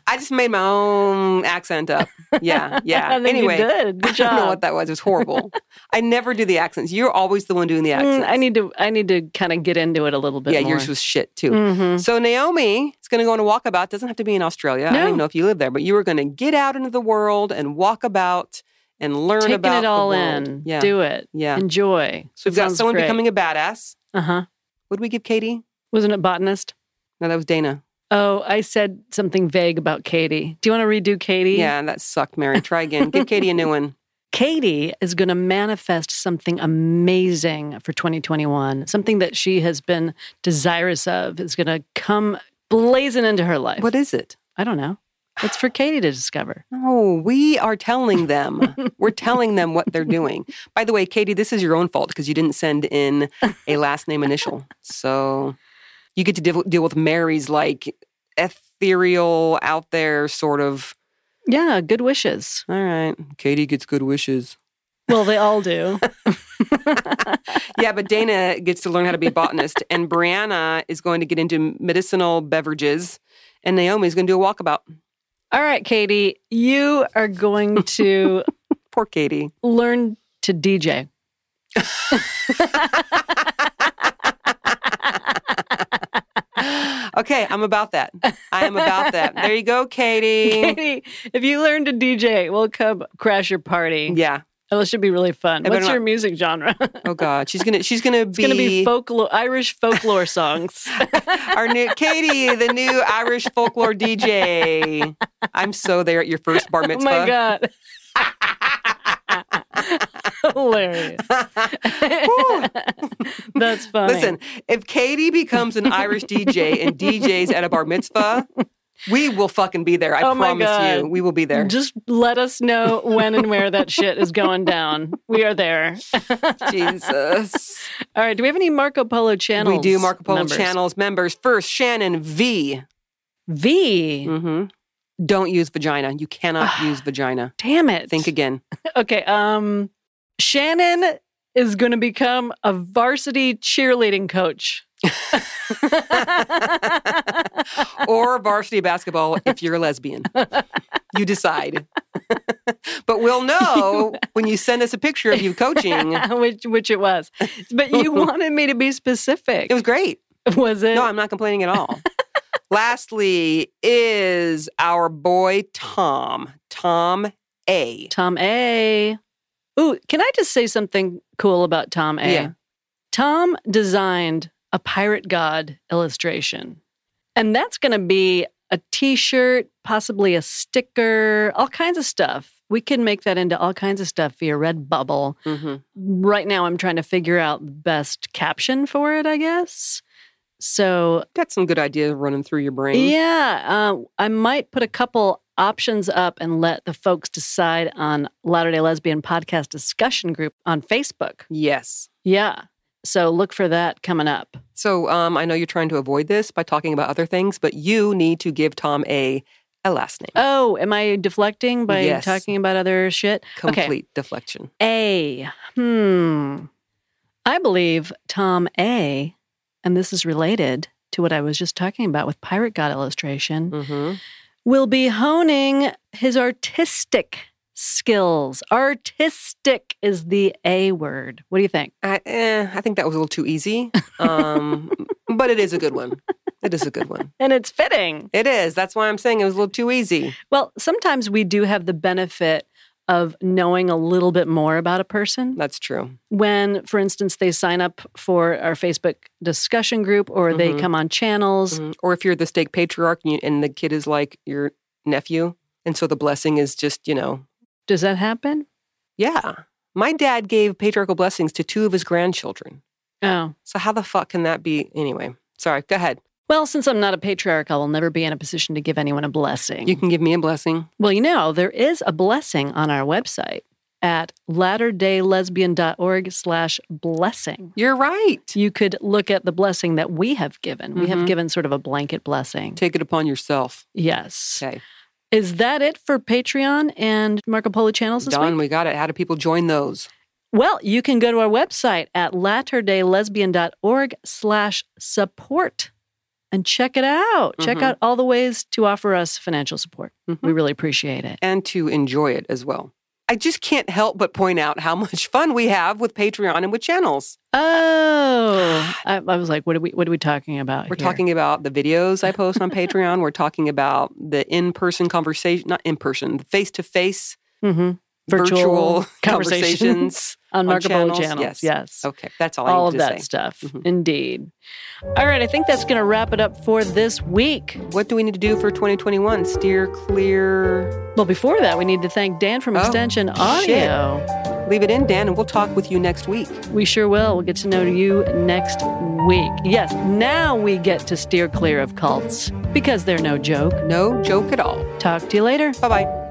Speaker 2: I just made my own accent up. Yeah. Yeah.
Speaker 1: I think
Speaker 2: anyway.
Speaker 1: you did. Good job.
Speaker 2: I don't know what that was. It was horrible. I never do the accents. You're always the one doing the
Speaker 1: Mm,
Speaker 2: accents.
Speaker 1: I need to. I need to kind of get into it a little bit.
Speaker 2: yeah,
Speaker 1: more.
Speaker 2: yours was shit too.
Speaker 1: Mhm.
Speaker 2: So Naomi is going to go on a walkabout. Doesn't have to be in Australia. I
Speaker 1: No.
Speaker 2: don't even know if you live there, but you are going to get out into the world and walk about and learn
Speaker 1: Taking
Speaker 2: about
Speaker 1: it all
Speaker 2: the world.
Speaker 1: in.
Speaker 2: Yeah,
Speaker 1: Do it.
Speaker 2: yeah.
Speaker 1: Enjoy.
Speaker 2: So we've got
Speaker 1: Sounds
Speaker 2: someone
Speaker 1: great.
Speaker 2: becoming a badass.
Speaker 1: Uh huh.
Speaker 2: Would we give Katie?
Speaker 1: Wasn't it botanist?
Speaker 2: No, that was Dana.
Speaker 1: Oh, I said something vague about Katie. Do you want to redo Katie?
Speaker 2: Yeah, that sucked, Mary. Try again. Give Katie a new one.
Speaker 1: Katie is going to manifest something amazing for 2021. Something that she has been desirous of is going to come blazing into her life.
Speaker 2: What is it?
Speaker 1: I don't know. It's for Katie to discover.
Speaker 2: No, Oh, we are telling them. We're telling them what they're doing. By the way, Katie, this is your own fault because you didn't send in a last name initial. So you get to deal, deal with Mary's like ethereal, out there sort of.
Speaker 1: Yeah, good wishes.
Speaker 2: All right, Katie gets good wishes.
Speaker 1: Well, they all do.
Speaker 2: Yeah, but Dana gets to learn how to be a botanist, and Brianna is going to get into medicinal beverages, and Naomi's going to do a walkabout.
Speaker 1: all right, Katie, you are going to
Speaker 2: Poor Katie.
Speaker 1: learn to DJ.
Speaker 2: Okay, I'm about that. I am about that. There you go, Katie.
Speaker 1: Katie, if you learn to DJ, we'll come crash your party.
Speaker 2: Yeah.
Speaker 1: Oh, this should be really fun.
Speaker 2: I better
Speaker 1: What's your
Speaker 2: not-
Speaker 1: music genre? it's
Speaker 2: Oh God, she's gonna she's gonna be,
Speaker 1: going to be folklore, Irish folklore songs.
Speaker 2: our new Katie, the new Irish folklore DJ. I'm so there at your first bar
Speaker 1: oh
Speaker 2: mitzvah.
Speaker 1: my God. Hilarious. That's funny.
Speaker 2: Listen, if Katie becomes an Irish DJ and DJs at a bar mitzvah, we will fucking be there. I
Speaker 1: Oh my
Speaker 2: promise you,
Speaker 1: God.
Speaker 2: we will be there.
Speaker 1: Just let us know when and where that shit is going down. We are there.
Speaker 2: Jesus,
Speaker 1: All right. Do we have any Marco Polo channels?
Speaker 2: we do Marco Polo
Speaker 1: members?
Speaker 2: channels members first. Shannon V.
Speaker 1: V.
Speaker 2: Mm-hmm. Don't use vagina. You cannot use vagina.
Speaker 1: Damn it.
Speaker 2: Think again.
Speaker 1: Okay. Um, Shannon is going to become a varsity cheerleading coach.
Speaker 2: or varsity basketball if you're a lesbian. You decide. but we'll know when you send us a picture of you coaching. It
Speaker 1: which which it was, but you wanted me to be specific.
Speaker 2: was great.
Speaker 1: Was it?
Speaker 2: No, I'm not complaining at all. Lastly, is our boy Tom, Tom A.
Speaker 1: Tom A. Ooh, can I just say something cool about Tom A?
Speaker 2: Yeah.
Speaker 1: Tom designed a pirate god illustration. And that's going to be a t shirt, possibly a sticker, all kinds of stuff. We can make that into all kinds of stuff via Redbubble.
Speaker 2: Mm-hmm.
Speaker 1: Right now, I'm trying to figure out the best caption for it, I guess. So,
Speaker 2: Got some good ideas running through your brain.
Speaker 1: yeah, uh, I might put a couple options up and let the folks decide on Latter day Lesbian Podcast Discussion Group on Facebook.
Speaker 2: Yes.
Speaker 1: Yeah. So look for that coming up.
Speaker 2: So um, I know you're trying to avoid this by talking about other things, but you need to give Tom A a last name.
Speaker 1: Oh, am I deflecting by
Speaker 2: Yes.
Speaker 1: talking about other shit?
Speaker 2: Complete deflection.
Speaker 1: Okay. A. Hmm. I believe Tom A, and this is related to what I was just talking about with Pirate God illustration,
Speaker 2: Mm-hmm.
Speaker 1: will be honing his artistic skills. Artistic is the A word. What do you think?
Speaker 2: I, eh, I think that was a little too easy, um, but it is a good one. It is a good one.
Speaker 1: And it's fitting.
Speaker 2: It is. That's why I'm saying it was a little too easy.
Speaker 1: Well, sometimes we do have the benefit of knowing a little bit more about a person.
Speaker 2: That's true.
Speaker 1: when, for instance, they sign up for our Facebook discussion group or they
Speaker 2: Mhm.
Speaker 1: come on channels.
Speaker 2: Mhm. Or if you're the steak patriarch and, you, and the kid is like your nephew, and so the blessing is just you know,
Speaker 1: Does that happen?
Speaker 2: yeah. My dad gave patriarchal blessings to two of his grandchildren.
Speaker 1: Oh.
Speaker 2: So how the fuck can that be? Anyway, sorry. Go ahead.
Speaker 1: Well, since I'm not a patriarch, I will never be in a position to give anyone a blessing.
Speaker 2: You can give me a blessing.
Speaker 1: well, you know, there is a blessing on our website at latterdaylesbian.org slash blessing.
Speaker 2: You're right.
Speaker 1: You could look at the blessing that we have given. We have
Speaker 2: Mhm.
Speaker 1: given sort of a blanket blessing.
Speaker 2: Take it upon yourself.
Speaker 1: Yes.
Speaker 2: Okay,
Speaker 1: Is that it for Patreon and Marco Polo channels this week?
Speaker 2: Don, we got it. How do people join those?
Speaker 1: Well, you can go to our website at latterdaylesbian.org slash support and check it out. Check
Speaker 2: Mhm.
Speaker 1: out all the ways to offer us financial support.
Speaker 2: Mhm.
Speaker 1: We really appreciate it.
Speaker 2: and to enjoy it as well. I just can't help but point out how much fun we have with Patreon and with channels.
Speaker 1: Oh, I, I was like, what are we, what are we talking about?
Speaker 2: We're
Speaker 1: here?
Speaker 2: talking about the videos I post on Patreon. We're talking about the in person conversation, not in person, face to face
Speaker 1: Mhm. virtual,
Speaker 2: virtual
Speaker 1: conversations.
Speaker 2: conversations
Speaker 1: on marketable
Speaker 2: channels?
Speaker 1: channels.
Speaker 2: Yes.
Speaker 1: yes.
Speaker 2: Okay, that's all,
Speaker 1: All
Speaker 2: I
Speaker 1: of
Speaker 2: need to
Speaker 1: that
Speaker 2: say.
Speaker 1: stuff.
Speaker 2: Mhm.
Speaker 1: Indeed. All right. I think that's going to wrap it up for this week.
Speaker 2: What do we need to do for 2021? Steer clear.
Speaker 1: Well, before that, we need to thank Dan from
Speaker 2: Oh,
Speaker 1: Extension
Speaker 2: shit.
Speaker 1: Audio.
Speaker 2: Leave it in, Dan, and we'll talk with you next week.
Speaker 1: We sure will. We'll get to know you next week. Yes, now we get to steer clear of cults because they're no joke.
Speaker 2: No joke at all.
Speaker 1: Talk to you later.
Speaker 2: Bye bye.